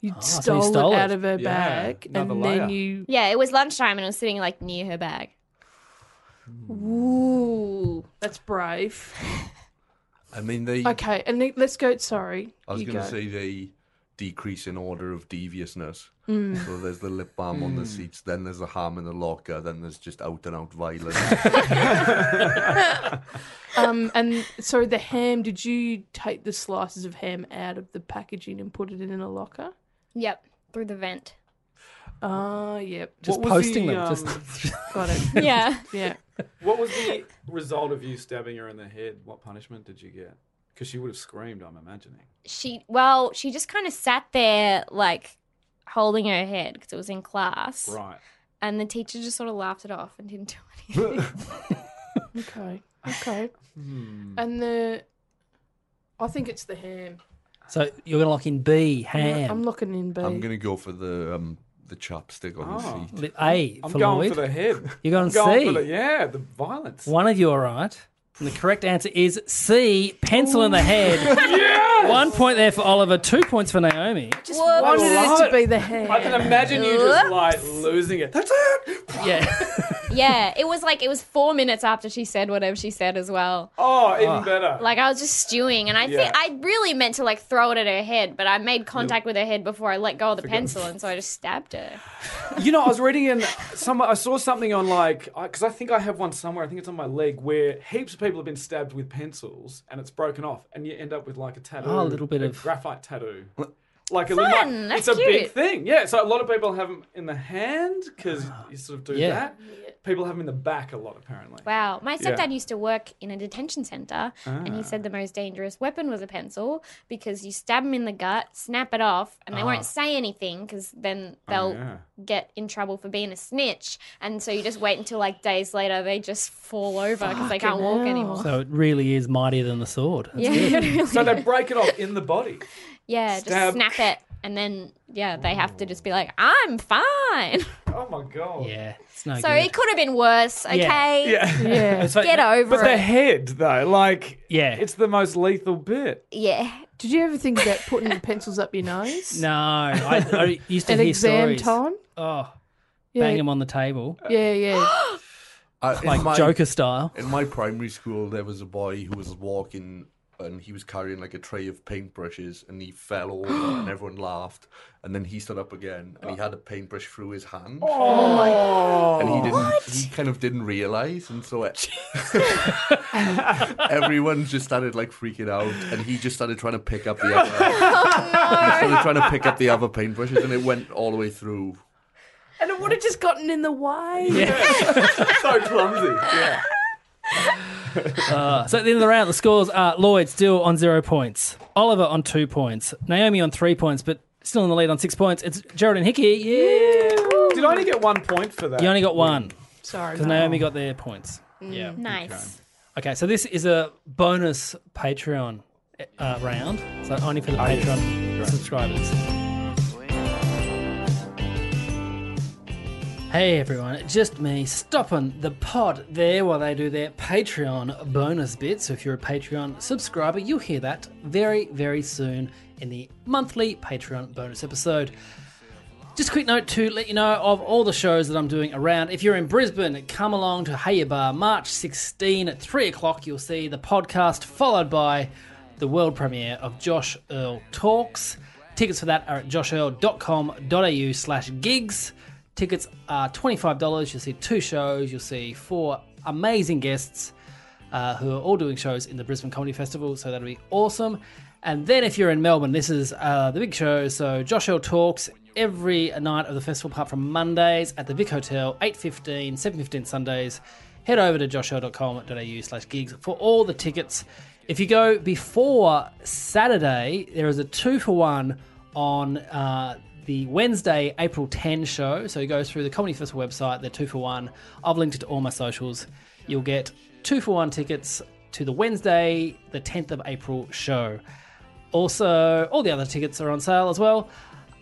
Speaker 4: You
Speaker 3: so you
Speaker 4: stole,
Speaker 3: stole
Speaker 4: it
Speaker 3: it.
Speaker 4: out of her
Speaker 5: Yeah,
Speaker 4: bag, and
Speaker 5: another layer.
Speaker 4: then you.
Speaker 7: yeah. It was lunchtime, and it was sitting like near her bag.
Speaker 4: Ooh, that's brave.
Speaker 6: I mean, they.
Speaker 4: Okay, and then let's go. Sorry,
Speaker 6: I was
Speaker 4: you
Speaker 6: going to
Speaker 4: go.
Speaker 6: say they decrease in order of deviousness.
Speaker 4: Mm.
Speaker 6: So there's the lip balm on the seats, then there's the ham in the locker, then there's just out and
Speaker 4: [laughs]
Speaker 6: out violence.
Speaker 4: Um, and so the ham. Did you take the slices of ham out of the packaging and put it in a locker?
Speaker 7: Yep, through the vent.
Speaker 4: Ah, yep,
Speaker 3: Just
Speaker 5: What was
Speaker 3: posting
Speaker 5: the,
Speaker 3: them.
Speaker 5: um,
Speaker 3: [laughs] Just
Speaker 4: got
Speaker 7: [laughs]
Speaker 4: it.
Speaker 7: Yeah,
Speaker 4: Yeah.
Speaker 5: What was the result of you stabbing her in the head? What punishment did you get? Because she would have screamed. I'm imagining.
Speaker 7: she. Well, she just kind of sat there like holding her head because it was in class,
Speaker 5: Right.
Speaker 7: and the teacher just sort of laughed it off and didn't do [laughs] anything.
Speaker 4: Okay. Okay.
Speaker 3: Hmm.
Speaker 4: And the, I think it's the ham.
Speaker 3: so you're gonna lock in B ham.
Speaker 4: I'm looking in B.
Speaker 6: I'm going to go for the um, the chapstick on the seat.
Speaker 3: Li- A
Speaker 5: [laughs] I'm
Speaker 3: for
Speaker 5: going
Speaker 3: Lloyd.
Speaker 5: for the head.
Speaker 3: You're going
Speaker 5: I'm going
Speaker 3: C.
Speaker 5: for the yeah, the violence.
Speaker 3: One of you are right. And the correct answer is C, pencil in the head. One point there for Oliver, two points for Naomi.
Speaker 4: Just wanted
Speaker 8: love
Speaker 4: it to
Speaker 8: it.
Speaker 4: be the hair.
Speaker 8: I can imagine you just like losing it. That's it.
Speaker 3: Yeah.
Speaker 7: Yeah, it was like it was four minutes after she said whatever she said as well.
Speaker 8: Oh, even
Speaker 3: Ah.
Speaker 8: better.
Speaker 7: Like I was just stewing, and I
Speaker 8: Yeah.
Speaker 7: think I really meant to like throw it at her head, but I made contact with her head before I let go of the pencil, and so I just stabbed her.
Speaker 8: [sighs] You know, I was reading in some. I saw something on like because I think I have one somewhere. I think it's on my leg where heaps of people have been stabbed with pencils and it's broken off, and you end up with like a tattoo.
Speaker 3: Oh, a little bit of-
Speaker 8: graphite tattoo. Like a little,
Speaker 7: Fun,
Speaker 8: like, it's a
Speaker 7: that's
Speaker 8: big
Speaker 7: cute.
Speaker 8: thing. Yeah, so a lot of people have them in the hand because you sort of do
Speaker 3: Yeah.
Speaker 8: that. People have them in the back a lot apparently.
Speaker 7: Wow. My
Speaker 8: Yeah. Ah.
Speaker 7: stepdad used to work in a detention center, and he said the most dangerous weapon was a pencil because you stab them in the gut, snap it off, and they won't say anything because then they'll
Speaker 8: Ah. Oh, yeah.
Speaker 7: get in trouble for being a snitch. And so you just wait until like days later, they just fall over because they can't walk anymore.
Speaker 3: So it really is mightier than the sword. That's
Speaker 7: yeah,
Speaker 3: good.
Speaker 7: it [laughs] really-
Speaker 8: So they break it off in the body.
Speaker 7: yeah, just
Speaker 8: Stab.
Speaker 7: snap it. And then, yeah, they have to just be like, I'm fine.
Speaker 8: [laughs] Oh my god.
Speaker 3: Yeah, it's no
Speaker 7: so
Speaker 3: good.
Speaker 7: it could have been worse, okay?
Speaker 8: Yeah.
Speaker 3: It's like-
Speaker 7: Get over
Speaker 8: But the
Speaker 7: it.
Speaker 8: head though, like
Speaker 3: Yeah.
Speaker 8: it's the most lethal bit.
Speaker 7: yeah.
Speaker 4: Did you ever think about putting the pencils up your
Speaker 3: [laughs]
Speaker 4: nose?
Speaker 3: No, I, I used to
Speaker 4: At
Speaker 3: hear
Speaker 4: exam
Speaker 3: stories.
Speaker 4: time?
Speaker 3: Oh,
Speaker 4: Yeah.
Speaker 3: bang him on the table,
Speaker 4: Yeah, yeah.
Speaker 3: [gasps]
Speaker 6: I, in
Speaker 3: like
Speaker 6: my-
Speaker 3: Joker style.
Speaker 6: In my primary school, there was a boy who was walking and he was carrying like a tray of paintbrushes and he fell over [gasps] and everyone laughed. And then he stood up again and he had a paintbrush through his hand. Oh, my And he didn't, he kind of didn't realize. And so it, [laughs] everyone just started like freaking out and he just started trying to pick up the other. He started trying to pick up the other paintbrushes and it went all the way through.
Speaker 4: And it would have just gotten in the way.
Speaker 8: [laughs] so clumsy. Yeah.
Speaker 3: So at the end of the round, the scores are Lloyd still on zero points, Oliver on two points, Naomi on three points, but still in the lead on six points. It's Gerald and Hickey. Yeah,
Speaker 8: Did I only get one point for that?
Speaker 3: you only got one
Speaker 4: Sorry.
Speaker 3: because Naomi got their points. Yeah.
Speaker 7: Nice.
Speaker 3: Okay, so this is a bonus Patreon uh, round, so only for the Patreon subscribers. Hey everyone, it's just me stopping the pod there while they do their Patreon bonus bit. So if you're a Patreon subscriber, you'll hear that very, very soon in the monthly Patreon bonus episode. Just a quick note to let you know of all the shows that I'm doing around. If you're in Brisbane, come along to Hey Ya Bar March 16 at 3 o'clock. You'll see the podcast followed by the world premiere of Josh Earl Talks. Tickets for that are at joshearl.com.au slash gigs. Tickets are $25. You'll see two shows. You'll see four amazing guests uh, who are all doing shows in the Brisbane Comedy Festival, so that'll be awesome. And then if you're in Melbourne, this is uh, the big show. So Josh L talks every night of the festival, apart from Mondays at the Vic Hotel, 8.15, 7.15 Sundays. Head over to joshell.com.au slash gigs for all the tickets. If you go before Saturday, there is a two for one on uh, the Wednesday, April 10 show. So you go through the Comedy Festival website, they're two for one. I've linked it to all my socials. You'll get two for one tickets to the Wednesday, the 10th of April show. Also, all the other tickets are on sale as well.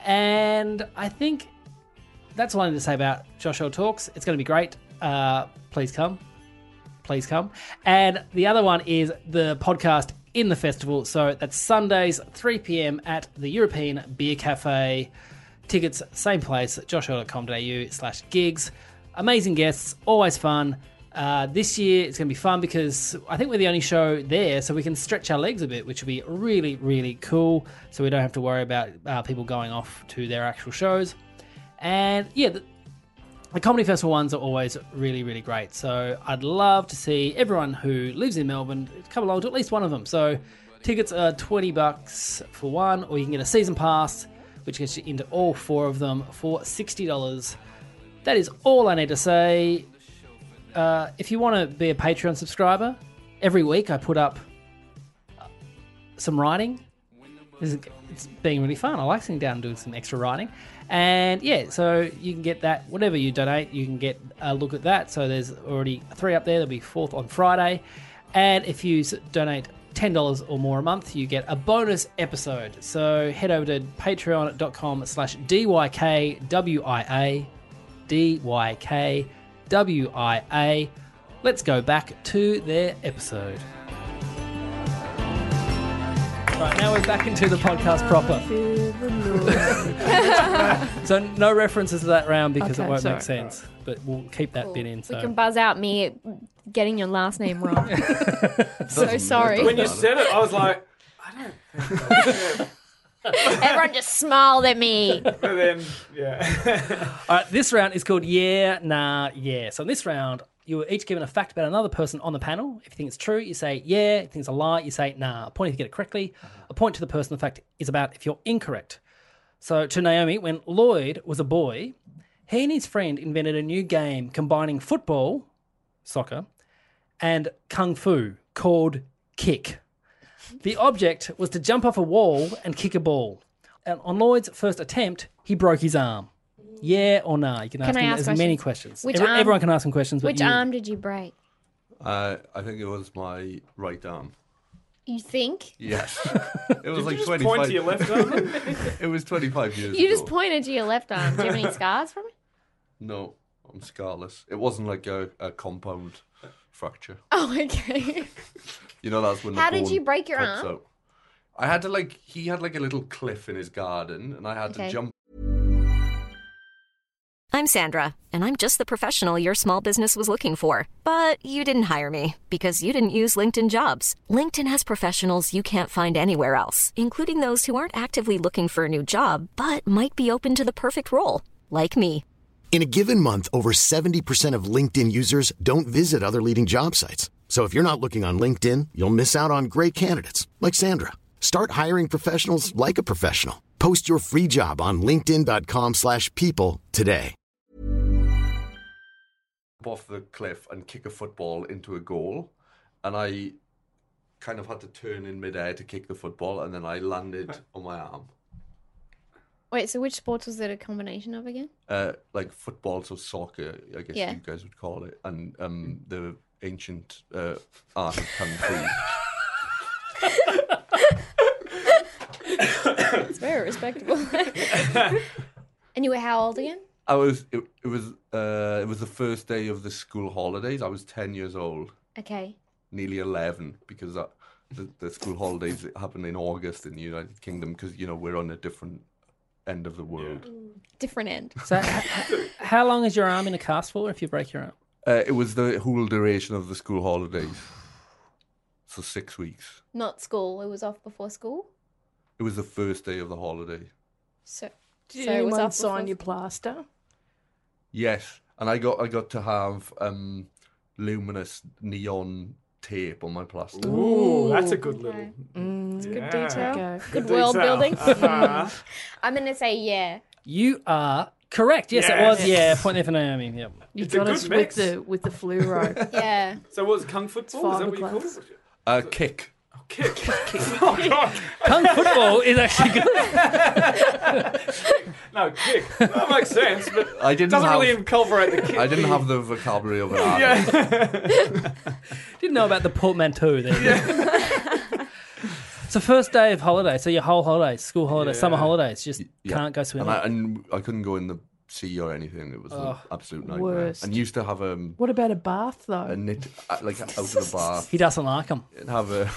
Speaker 3: And I think that's all I need to say about Joshua Talks. It's going to be great. Uh, please come please come. And the other one is the podcast in the festival. So that's Sundays, 3 p.m. at the European Beer Cafe. Tickets, same place, joshua.com.au slash gigs. Amazing guests, always fun. Uh, this year it's going to be fun because I think we're the only show there, so we can stretch our legs a bit, which will be really, really cool. So we don't have to worry about uh, people going off to their actual shows. And yeah, th- the comedy festival ones are always really, really great. So I'd love to see everyone who lives in Melbourne come along to at least one of them. So tickets are twenty bucks for one, or you can get a season pass, which gets you into all four of them for sixty dollars. That is all I need to say. Uh, if you want to be a Patreon subscriber, every week I put up uh, some writing this is, it's being really fun. I like sitting down and doing some extra writing. And yeah, so you can get that. Whatever you donate, you can get a look at that. So there's already three up there. There'll be fourth on Friday. And if you s- donate $10 or more a month, you get a bonus episode. So head over to patreon.com slash DYKWIA, DYKWIA. Let's go back to their episode. Right, now we're back into the podcast proper. So no references to that round because
Speaker 4: Okay,
Speaker 3: it won't
Speaker 4: sorry.
Speaker 3: make sense. But we'll keep that bit in. So
Speaker 7: We can buzz out me getting your last name
Speaker 8: [laughs]
Speaker 7: wrong. [laughs] so sorry.
Speaker 8: When you said it, I was like,
Speaker 7: [laughs] Everyone just smiled at
Speaker 8: [laughs]
Speaker 7: me.
Speaker 8: and then yeah.
Speaker 3: All right, this round is called Yeah, Nah, Yeah. So in this round, you were each given a fact about another person on the panel. If you think it's true, you say yeah. If you think it's a lie, you say nah. A point if you get it correctly. A point to the person the fact is about if you're incorrect. So to Naomi, when Lloyd was a boy, he and his friend invented a new game combining football, soccer, and kung fu called kick. The object was to jump off a wall and kick a ball. And on Lloyd's first attempt, he broke his arm. Yeah or nah? You can ask
Speaker 7: I
Speaker 3: him
Speaker 7: ask
Speaker 3: as many questions.
Speaker 7: Which
Speaker 3: Every-
Speaker 7: arm-
Speaker 3: Everyone can ask him questions, but
Speaker 7: Which
Speaker 3: you-
Speaker 7: arm did you break?
Speaker 6: Uh, I think it was my right arm.
Speaker 7: You think?
Speaker 6: Yes, [laughs] it was like
Speaker 8: you just
Speaker 6: twenty
Speaker 8: point
Speaker 6: five.
Speaker 8: to your [laughs] left arm.
Speaker 6: it was twenty five years.
Speaker 7: You
Speaker 6: ago.
Speaker 7: just pointed to your left arm. Do you have any scars
Speaker 4: [laughs]
Speaker 7: from it?
Speaker 6: No, I'm scarless. It wasn't like a, a compound fracture.
Speaker 7: Oh, okay.
Speaker 6: You know, that's when.
Speaker 7: How
Speaker 6: the
Speaker 7: did
Speaker 6: bone
Speaker 7: you break your
Speaker 6: pops
Speaker 7: arm?
Speaker 6: out. I had to like he had like a little cliff in his garden, and I had
Speaker 7: Okay.
Speaker 6: to jump
Speaker 9: I'm Sandra, and I'm just the professional your small business was looking for. But you didn't hire me because you didn't use LinkedIn jobs. LinkedIn has professionals you can't find anywhere else, including those who aren't actively looking for a new job but might be open to the perfect role, like me.
Speaker 10: In a given month, over 70% of LinkedIn users don't visit other leading job sites. So if you're not looking on LinkedIn, you'll miss out on great candidates like Sandra. Start hiring professionals like a professional. Post your free job on linkedin.com/people slash people today.
Speaker 6: off the cliff and kick a football into a goal, and I kind of had to turn in midair to kick the football, and then I landed on my arm,
Speaker 7: Wait, so which sports was it a combination of again?
Speaker 6: uh, like football, so soccer, I guess
Speaker 7: Yeah.
Speaker 6: you guys would call it, and um, the ancient uh, art of kung
Speaker 7: [laughs]
Speaker 6: fu.
Speaker 7: It's very respectable. [laughs] and you were how old again?
Speaker 6: I was it, it was uh, it was the first day of the school holidays. I was ten years old,
Speaker 7: Okay.
Speaker 6: nearly eleven, because I, the, the school holidays happen in August in the United Kingdom because you know we're on a different end of the world.
Speaker 7: Different end.
Speaker 3: So, h- h- how long is your arm in a cast for if you break your arm?
Speaker 6: Uh, it was the whole duration of the school holidays, so six weeks.
Speaker 7: Not school. It was off before school.
Speaker 6: It was the first day of the holiday.
Speaker 7: So
Speaker 4: Did
Speaker 7: So it was
Speaker 4: anyone
Speaker 7: up
Speaker 4: sign
Speaker 7: before-
Speaker 4: your plaster?
Speaker 6: Yes, and I got I got to have um, luminous neon tape on my plaster.
Speaker 8: Ooh, that's a good
Speaker 7: okay.
Speaker 8: little.
Speaker 4: Mm,
Speaker 8: yeah.
Speaker 7: good detail.
Speaker 4: Okay.
Speaker 7: Good world
Speaker 8: detail.
Speaker 7: building.
Speaker 8: [laughs] Uh-huh.
Speaker 7: [laughs] I'm gonna say yeah.
Speaker 3: You are correct. Yes, it
Speaker 8: Yes.
Speaker 3: was. Yeah, point there for Naomi. Yep.
Speaker 4: You
Speaker 8: It's a
Speaker 4: got
Speaker 8: good
Speaker 4: us
Speaker 8: mix.
Speaker 4: with the with the [laughs] fluoro.
Speaker 7: Yeah.
Speaker 8: So what was kung football? Is that what you called?
Speaker 4: fiberglass.
Speaker 8: it?
Speaker 6: Uh, kick.
Speaker 8: Kick. [laughs] oh god.
Speaker 3: Kung football is actually good.
Speaker 8: No kick. That makes sense, but
Speaker 6: I didn't
Speaker 8: doesn't
Speaker 6: have.
Speaker 8: really incorporate the kick. [laughs]
Speaker 6: I didn't have the vocabulary of an artist.
Speaker 3: Didn't know about the portmanteau there. [laughs] so first day of holiday. So your whole holiday, school holiday, summer holidays, just
Speaker 6: Yeah.
Speaker 3: can't go
Speaker 6: and
Speaker 3: swimming.
Speaker 6: I, and I couldn't go in the sea or anything. It was an absolute nightmare.
Speaker 4: worst.
Speaker 6: And used to have um,
Speaker 4: What about a bath
Speaker 6: a
Speaker 4: though?
Speaker 6: knit uh, like out of the bath
Speaker 3: he doesn't like them.
Speaker 6: and have a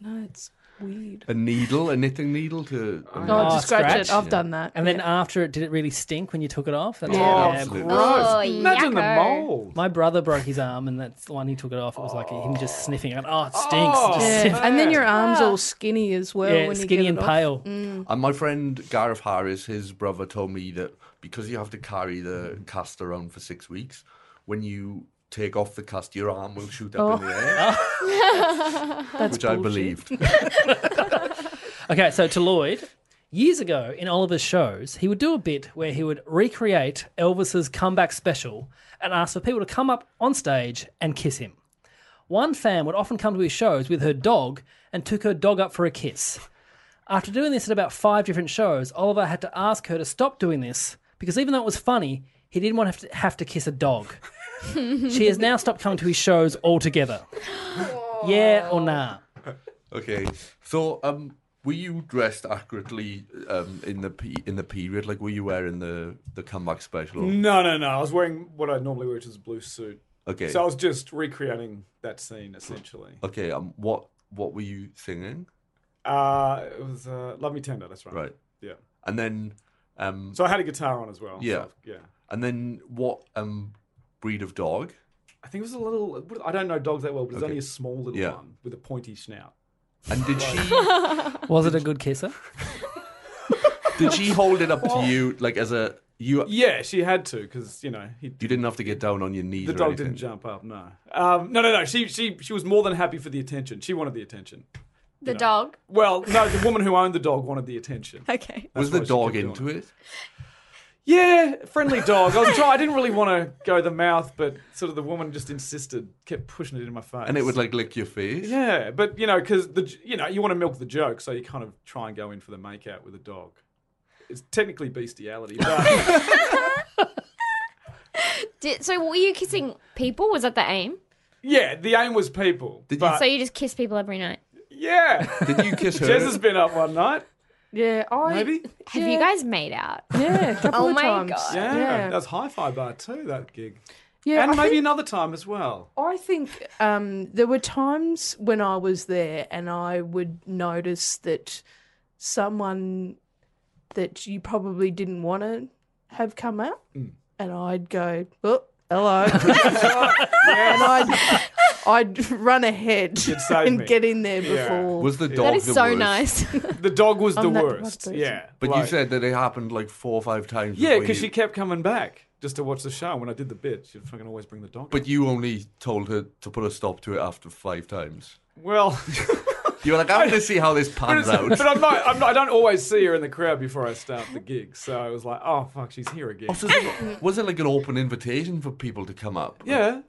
Speaker 4: No, it's weird.
Speaker 6: a needle, a knitting needle to.
Speaker 4: No,
Speaker 3: Oh,
Speaker 4: just scratch
Speaker 3: scratch.
Speaker 4: it. I've done that.
Speaker 3: And then after it, did it really stink when you took it off? That's
Speaker 8: Oh,
Speaker 3: yeah.
Speaker 6: absolutely.
Speaker 8: gross.
Speaker 7: Oh,
Speaker 8: [laughs] Imagine the
Speaker 7: yucko.
Speaker 8: mold.
Speaker 3: My brother broke his arm, and that's the one he took it off. It was like him just sniffing. Like, oh, it stinks.
Speaker 8: Oh,
Speaker 3: just
Speaker 4: Yeah.
Speaker 3: sniff.
Speaker 4: And then your arms all skinny as well.
Speaker 3: yeah,
Speaker 4: when you
Speaker 3: skinny
Speaker 4: get
Speaker 3: and
Speaker 4: it off.
Speaker 3: pale.
Speaker 6: And my friend Gareth Harris, his brother, told me that because you have to carry the cast around for six weeks, when you take off the cast, your arm will shoot up in the air,
Speaker 4: That's
Speaker 6: which I
Speaker 4: bullshit.
Speaker 6: believed.
Speaker 3: Okay, so to Lloyd, years ago in Oliver's shows, he would do a bit where he would recreate Elvis's comeback special and ask for people to come up on stage and kiss him. One fan would often come to his shows with her dog and took her dog up for a kiss. After doing this at about five different shows, Oliver had to ask her to stop doing this because even though it was funny, he didn't want to have to, have to kiss a dog. she has now stopped coming to his shows altogether. yeah or nah?
Speaker 6: Okay, so um, were you dressed accurately um in the pe- in the period? Like, were you wearing the the comeback special?
Speaker 8: Mm. No, no, no. I was wearing what I normally wear, which is a blue suit.
Speaker 6: Okay.
Speaker 8: So I was just recreating that scene essentially.
Speaker 6: Okay. Um. What What were you singing?
Speaker 8: Uh, it was uh, Love Me Tender. That's right.
Speaker 6: Right.
Speaker 8: Yeah.
Speaker 6: And then. Um.
Speaker 8: So I had a guitar on as well.
Speaker 6: Yeah.
Speaker 8: So, yeah.
Speaker 6: And then what? Um. Breed of dog.
Speaker 8: I think it was a little. I don't know dogs that well, but it's
Speaker 6: Okay.
Speaker 8: only a small little
Speaker 6: Yeah.
Speaker 8: one with a pointy snout.
Speaker 6: And did she?
Speaker 8: [laughs]
Speaker 3: Was it a good kisser?
Speaker 6: did she hold it up
Speaker 8: Oh.
Speaker 6: to you like as a you?
Speaker 8: Yeah, she had to because you know he,
Speaker 6: You didn't have to get down on your knees.
Speaker 8: the
Speaker 6: or
Speaker 8: dog
Speaker 6: anything.
Speaker 8: didn't jump up. No, um, no, no, no. She she she was more than happy for the attention. She wanted the attention.
Speaker 7: The dog.
Speaker 8: Well, no, the woman who owned the dog wanted the attention.
Speaker 7: [laughs] Okay.
Speaker 6: Was
Speaker 8: That's
Speaker 6: the
Speaker 8: why she
Speaker 6: dog
Speaker 8: kept
Speaker 6: into it?
Speaker 8: Yeah, friendly dog. I was trying. I didn't really want to go the mouth, but sort of the woman just insisted, kept pushing it in my face,
Speaker 6: And it would like lick your face.
Speaker 8: Yeah, but you know, because the j- you know you want to milk the joke, so you kind of try and go in for the make out with a dog. It's technically bestiality, but
Speaker 7: [laughs] Did, so were you kissing people? Was that the aim?
Speaker 8: yeah, the aim was people. but
Speaker 7: so you just kiss people every night?
Speaker 8: yeah, [laughs]
Speaker 6: Did you kiss her?
Speaker 8: Jez has been up one night.
Speaker 4: Yeah,
Speaker 7: [laughs]
Speaker 4: I
Speaker 8: Maybe?
Speaker 7: Have you guys made out?
Speaker 4: yeah, a couple
Speaker 7: [laughs] Oh
Speaker 4: of
Speaker 7: my
Speaker 4: times.
Speaker 7: God.
Speaker 8: Yeah,
Speaker 4: yeah.
Speaker 8: that was hi-fi bar too. That gig,
Speaker 4: Yeah,
Speaker 8: and
Speaker 4: I
Speaker 8: maybe
Speaker 4: think-
Speaker 8: another time as well.
Speaker 4: I think um, there were times when I was there and I would notice that someone that you probably didn't want to have come out,
Speaker 8: Mm.
Speaker 4: and I'd go, oh,
Speaker 8: [laughs]
Speaker 4: hello. [laughs] and I'd, I'd run ahead
Speaker 8: You'd save
Speaker 4: and
Speaker 8: me.
Speaker 4: get in there
Speaker 8: Yeah.
Speaker 4: before.
Speaker 6: Was the dog?
Speaker 7: That is
Speaker 6: the
Speaker 7: so
Speaker 6: worst?
Speaker 7: nice.
Speaker 8: The dog was the
Speaker 4: I'm that one
Speaker 8: worst.
Speaker 4: person.
Speaker 8: Yeah,
Speaker 6: But you
Speaker 8: like-
Speaker 6: said that it happened like four or five times.
Speaker 8: yeah,
Speaker 6: before
Speaker 8: because
Speaker 6: you-
Speaker 8: she kept coming back just to watch the show. When I did the bit, she'd fucking always bring the dog.
Speaker 6: But you only told her to put a stop to it after five times.
Speaker 8: well. [laughs]
Speaker 6: You were like, I'm going to see how this
Speaker 8: But,
Speaker 6: pans
Speaker 8: it's-
Speaker 6: out.
Speaker 8: but I'm not, I'm not, I don't always see her in the crowd before I start the gig. So I was like, oh, fuck, she's here again.
Speaker 6: Also, [laughs] was it like an open invitation for people to come up?
Speaker 8: yeah.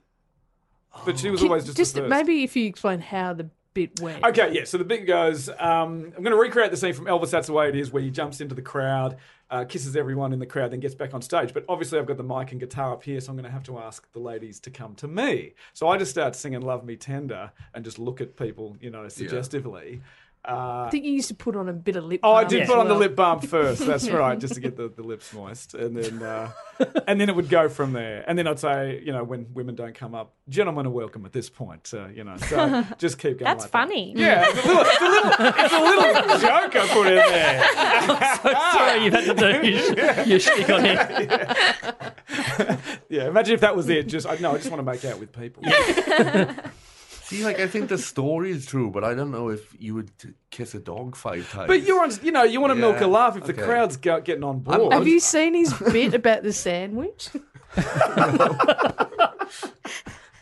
Speaker 8: But she was always just,
Speaker 4: just
Speaker 8: the first.
Speaker 4: maybe if you explain how the bit went.
Speaker 8: Okay, yeah. So the bit goes. Um, I'm going to recreate the scene from Elvis. That's the way it is, where he jumps into the crowd, uh, kisses everyone in the crowd, then gets back on stage. But obviously, I've got the mic and guitar up here, so I'm going to have to ask the ladies to come to me. So I just start singing "Love Me Tender" and just look at people, you know, suggestively.
Speaker 4: I think you used to put on a bit of lip.
Speaker 8: Oh, I
Speaker 4: balm
Speaker 8: did
Speaker 4: as
Speaker 8: put on the
Speaker 4: well.
Speaker 8: lip balm first. That's right, just to get the, the lips moist, and then uh, and then it would go from there. And then I'd say, you know, when women don't come up, gentlemen are welcome at this point. Uh, you know, so just keep going.
Speaker 7: That's
Speaker 8: like that.
Speaker 7: funny.
Speaker 8: Yeah, it's a little, it's a little, it's a little joke I put
Speaker 3: [laughs]
Speaker 8: in there.
Speaker 3: Sorry, you had to do
Speaker 8: [laughs]
Speaker 3: your, your shtick on it.
Speaker 8: Yeah, imagine if that was it. Just I, no, I just want to make out with people.
Speaker 6: See, like, I think the story is true, but I don't know if you would t- kiss a dog five times.
Speaker 8: But you're on, you know, you want to milk
Speaker 6: Yeah,
Speaker 8: a laugh if
Speaker 6: okay.
Speaker 8: the crowd's go, getting on
Speaker 6: I'm-
Speaker 8: board.
Speaker 6: I'm-
Speaker 4: Have you seen his bit about the sandwich?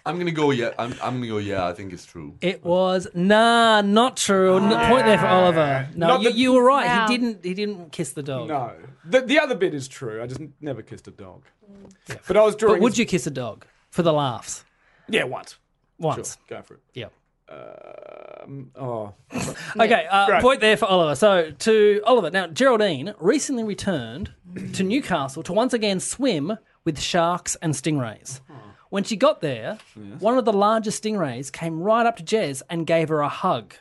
Speaker 6: I'm going to go, yeah. I'm, I'm going to go, yeah, I think it's true.
Speaker 3: It was nah, not true. N- Point there for Oliver. No,
Speaker 8: Not
Speaker 3: you,
Speaker 8: that-
Speaker 3: you were right.
Speaker 7: Wow.
Speaker 3: He didn't. He didn't kiss the dog.
Speaker 8: No, the, the other bit is true. I just n- never kissed a dog. But I was drawing.
Speaker 3: But would you kiss a dog for the laughs?
Speaker 8: Yeah, once.
Speaker 3: Once.
Speaker 8: Go for it.
Speaker 3: Yeah.
Speaker 8: Um, oh,
Speaker 3: Okay, uh,
Speaker 8: Right.
Speaker 3: point there for Oliver. So to Oliver now, Geraldine recently returned to Newcastle to once again swim with sharks and stingrays. When she got there, one of the largest stingrays came right up to Jez and gave her a hug.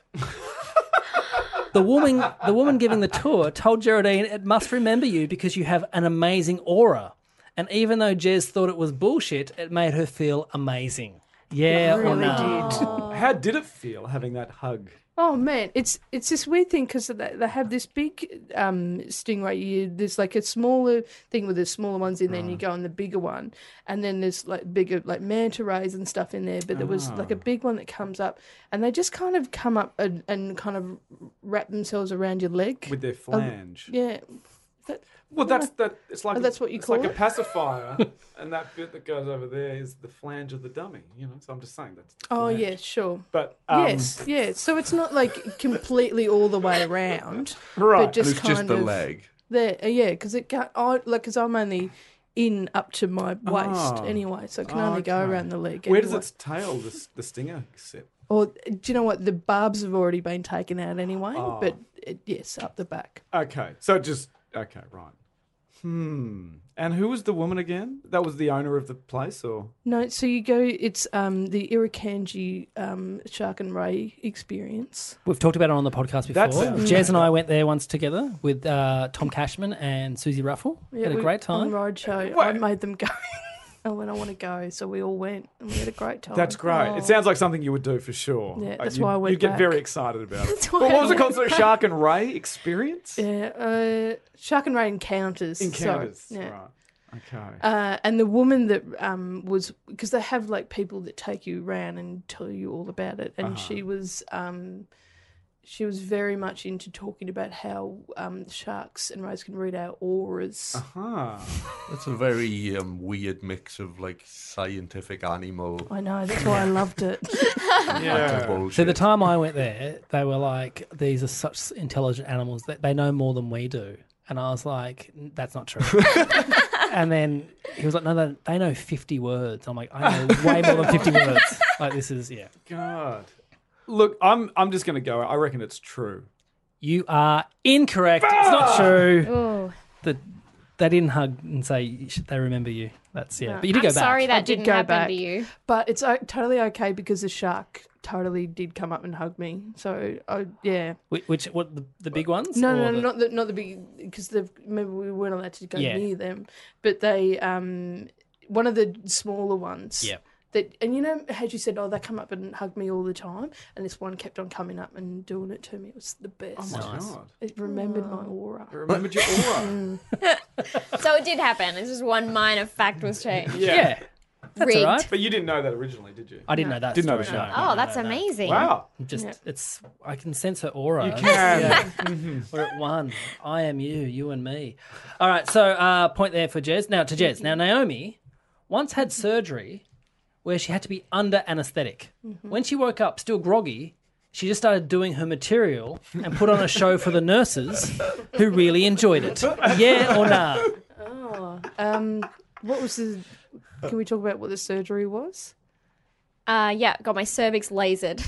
Speaker 3: the woman, the woman giving the tour, told Geraldine it must remember you because you have an amazing aura. And even though Jez thought it was bullshit, it made her feel amazing. Yeah, or
Speaker 4: really
Speaker 3: no?
Speaker 4: did.
Speaker 8: how did it feel having that hug?
Speaker 4: Oh man, it's it's this weird thing because they, they have this big um, stingray. You, there's like a smaller thing with the smaller ones in there, and you go on the bigger one, and then there's like bigger like manta rays and stuff in there. But there was like a big one that comes up, and they just kind of come up and, and kind of wrap themselves around your leg.
Speaker 8: With their flange.
Speaker 4: Um, yeah, That-
Speaker 8: Well, that's that. It's like
Speaker 4: Oh, that's what you
Speaker 8: it's
Speaker 4: call
Speaker 8: like
Speaker 4: it? [laughs]
Speaker 8: a pacifier, and that bit that goes over there is the flange of the dummy. You know, so I'm just saying that's. the
Speaker 4: oh
Speaker 8: flange.
Speaker 4: yeah, sure.
Speaker 8: But um,
Speaker 4: yes, yeah. So it's not like completely all the way around,
Speaker 8: Right.
Speaker 4: But just
Speaker 6: it's
Speaker 4: kind
Speaker 6: just the
Speaker 4: of
Speaker 6: leg.
Speaker 4: There, uh, yeah, because it can I like because I'm only in up to my waist
Speaker 8: Oh.
Speaker 4: anyway, so I can
Speaker 8: Oh,
Speaker 4: only go
Speaker 8: okay.
Speaker 4: around the leg.
Speaker 8: where does
Speaker 4: anyway.
Speaker 8: its tail, the, s- the stinger, sit?
Speaker 4: Or do you know what? The barbs have already been taken out anyway,
Speaker 8: Ah.
Speaker 4: but it, yes, up the back.
Speaker 8: Okay, so it just okay, right. Hmm. And who was the woman again? That was the owner of the place, or
Speaker 4: No, so you go. It's um the Irukandji um shark and ray experience.
Speaker 3: We've talked about it on the podcast before.
Speaker 8: That's-
Speaker 3: Jez and I went there once together with uh, Tom Cashman and Susie Ruffle. Had a
Speaker 4: we-
Speaker 3: great
Speaker 4: on
Speaker 3: time.
Speaker 4: roadshow. I
Speaker 8: Wait.
Speaker 4: made them go. [laughs] oh, and I want to go. So we all went and we had a great time.
Speaker 8: That's great. It sounds like something you would do for sure.
Speaker 4: Oh, Yeah,
Speaker 8: Like,
Speaker 4: that's
Speaker 8: you'd-
Speaker 4: why I went
Speaker 8: You'd get
Speaker 4: back.
Speaker 8: very excited about
Speaker 4: [laughs]
Speaker 8: it.
Speaker 4: That's
Speaker 8: But
Speaker 4: why
Speaker 8: what
Speaker 4: I
Speaker 8: was it called?
Speaker 4: went
Speaker 8: Sort of
Speaker 4: back.
Speaker 8: Shark and Ray experience?
Speaker 4: Yeah, uh, Shark and Ray encounters. sorry.
Speaker 8: Encounters.
Speaker 4: Yeah.
Speaker 8: Right. Okay.
Speaker 4: Uh, and the woman that um, was because they have like people that take you around and tell you all about it, and she
Speaker 7: Uh-huh.
Speaker 4: was um, she was very much into talking about how um, sharks and rays can read our auras.
Speaker 7: Uh-huh.
Speaker 8: huh.
Speaker 6: That's a very um, weird mix of like scientific animal.
Speaker 4: I know that's why I loved
Speaker 7: [laughs]
Speaker 4: it.
Speaker 6: Yeah. Bullshit.
Speaker 3: So the time I went there, they were like, "These are such intelligent animals that they know more than we do," and I was like, "N- "That's
Speaker 7: [laughs]
Speaker 3: not true." and then he was like, "No, they, they know fifty words." I'm like, "I know way more than fifty words." Like this is yeah,
Speaker 8: God. Look, I'm I'm just gonna go. I reckon it's true.
Speaker 3: you are incorrect. It's not true.
Speaker 7: Oh,
Speaker 3: The, they didn't hug and say you should- they remember you. That's yeah, but you did
Speaker 7: I'm
Speaker 3: go back.
Speaker 7: sorry that
Speaker 4: did
Speaker 7: didn't
Speaker 4: go
Speaker 7: happen
Speaker 4: back.
Speaker 7: to you.
Speaker 4: But it's uh, totally okay because the shark totally did come up and hug me. So I yeah.
Speaker 3: Whi- Which what the, the big ones?
Speaker 4: No,
Speaker 3: or
Speaker 4: no,
Speaker 3: the-
Speaker 4: no, not the not the big because the remember we weren't allowed to go
Speaker 3: Yeah.
Speaker 4: near them, but they um one of the smaller ones.
Speaker 3: Yeah.
Speaker 4: That and you know how you said oh they come up and hug me all the time and this one kept on coming up and doing it to me. It was the best.
Speaker 8: God.
Speaker 4: It remembered my aura.
Speaker 8: I remembered your aura.
Speaker 7: [laughs] So it did happen. It's just one minor fact was changed.
Speaker 3: Yeah. That's
Speaker 7: Rigged.
Speaker 3: all right.
Speaker 8: But you didn't know that originally, did you?
Speaker 3: I didn't know that.
Speaker 8: Didn't know the
Speaker 3: story, no.
Speaker 8: shark.
Speaker 7: Oh, that's amazing.
Speaker 8: Wow.
Speaker 3: Just
Speaker 4: Yeah.
Speaker 3: it's I can sense her aura. You
Speaker 8: can.
Speaker 3: We're at one. I am you, you and me. All right, so uh, point there for Jez. Now to Jez. Now Naomi once had surgery where she had to be under anesthetic. When she woke up still groggy, she just started doing her material and put on a show for the nurses who really enjoyed it. Yeah or nah?
Speaker 4: Um, what was the? Can we talk about what the surgery was?
Speaker 7: [laughs] Uh, yeah, got my cervix lasered.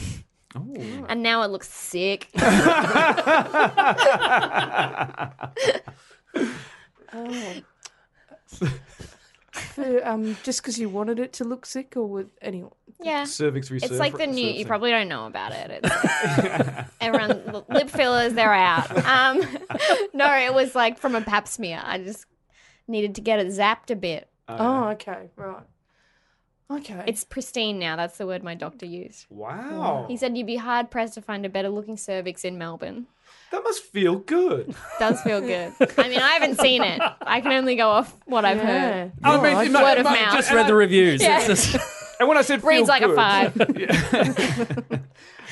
Speaker 7: And now it looks sick.
Speaker 4: Um, For, um, just because you wanted it to look sick, or with anyone?
Speaker 7: Yeah.
Speaker 8: [laughs] Cervix research.
Speaker 7: It's like the new. You probably don't know about it. It's,
Speaker 8: [laughs]
Speaker 7: everyone the lip fillers, they're out. Um, [laughs] no, it was like from a pap smear. I just needed to get it zapped a bit.
Speaker 4: Oh, okay, right. Okay,
Speaker 7: It's pristine now. That's the word my doctor used.
Speaker 8: Wow.
Speaker 7: He said you'd be hard pressed to find a better looking cervix in Melbourne.
Speaker 8: That must feel good.
Speaker 7: Does feel good. I mean, I haven't seen it. I can only go off what I've
Speaker 4: yeah.
Speaker 7: heard.
Speaker 8: I mean, it might-
Speaker 7: Word
Speaker 8: it
Speaker 7: of
Speaker 8: might-
Speaker 7: mouth.
Speaker 3: Just read the reviews.
Speaker 7: Yeah.
Speaker 3: It's just-
Speaker 8: And when I said
Speaker 7: Reads
Speaker 8: feel
Speaker 7: like a
Speaker 8: good- [laughs]
Speaker 7: five.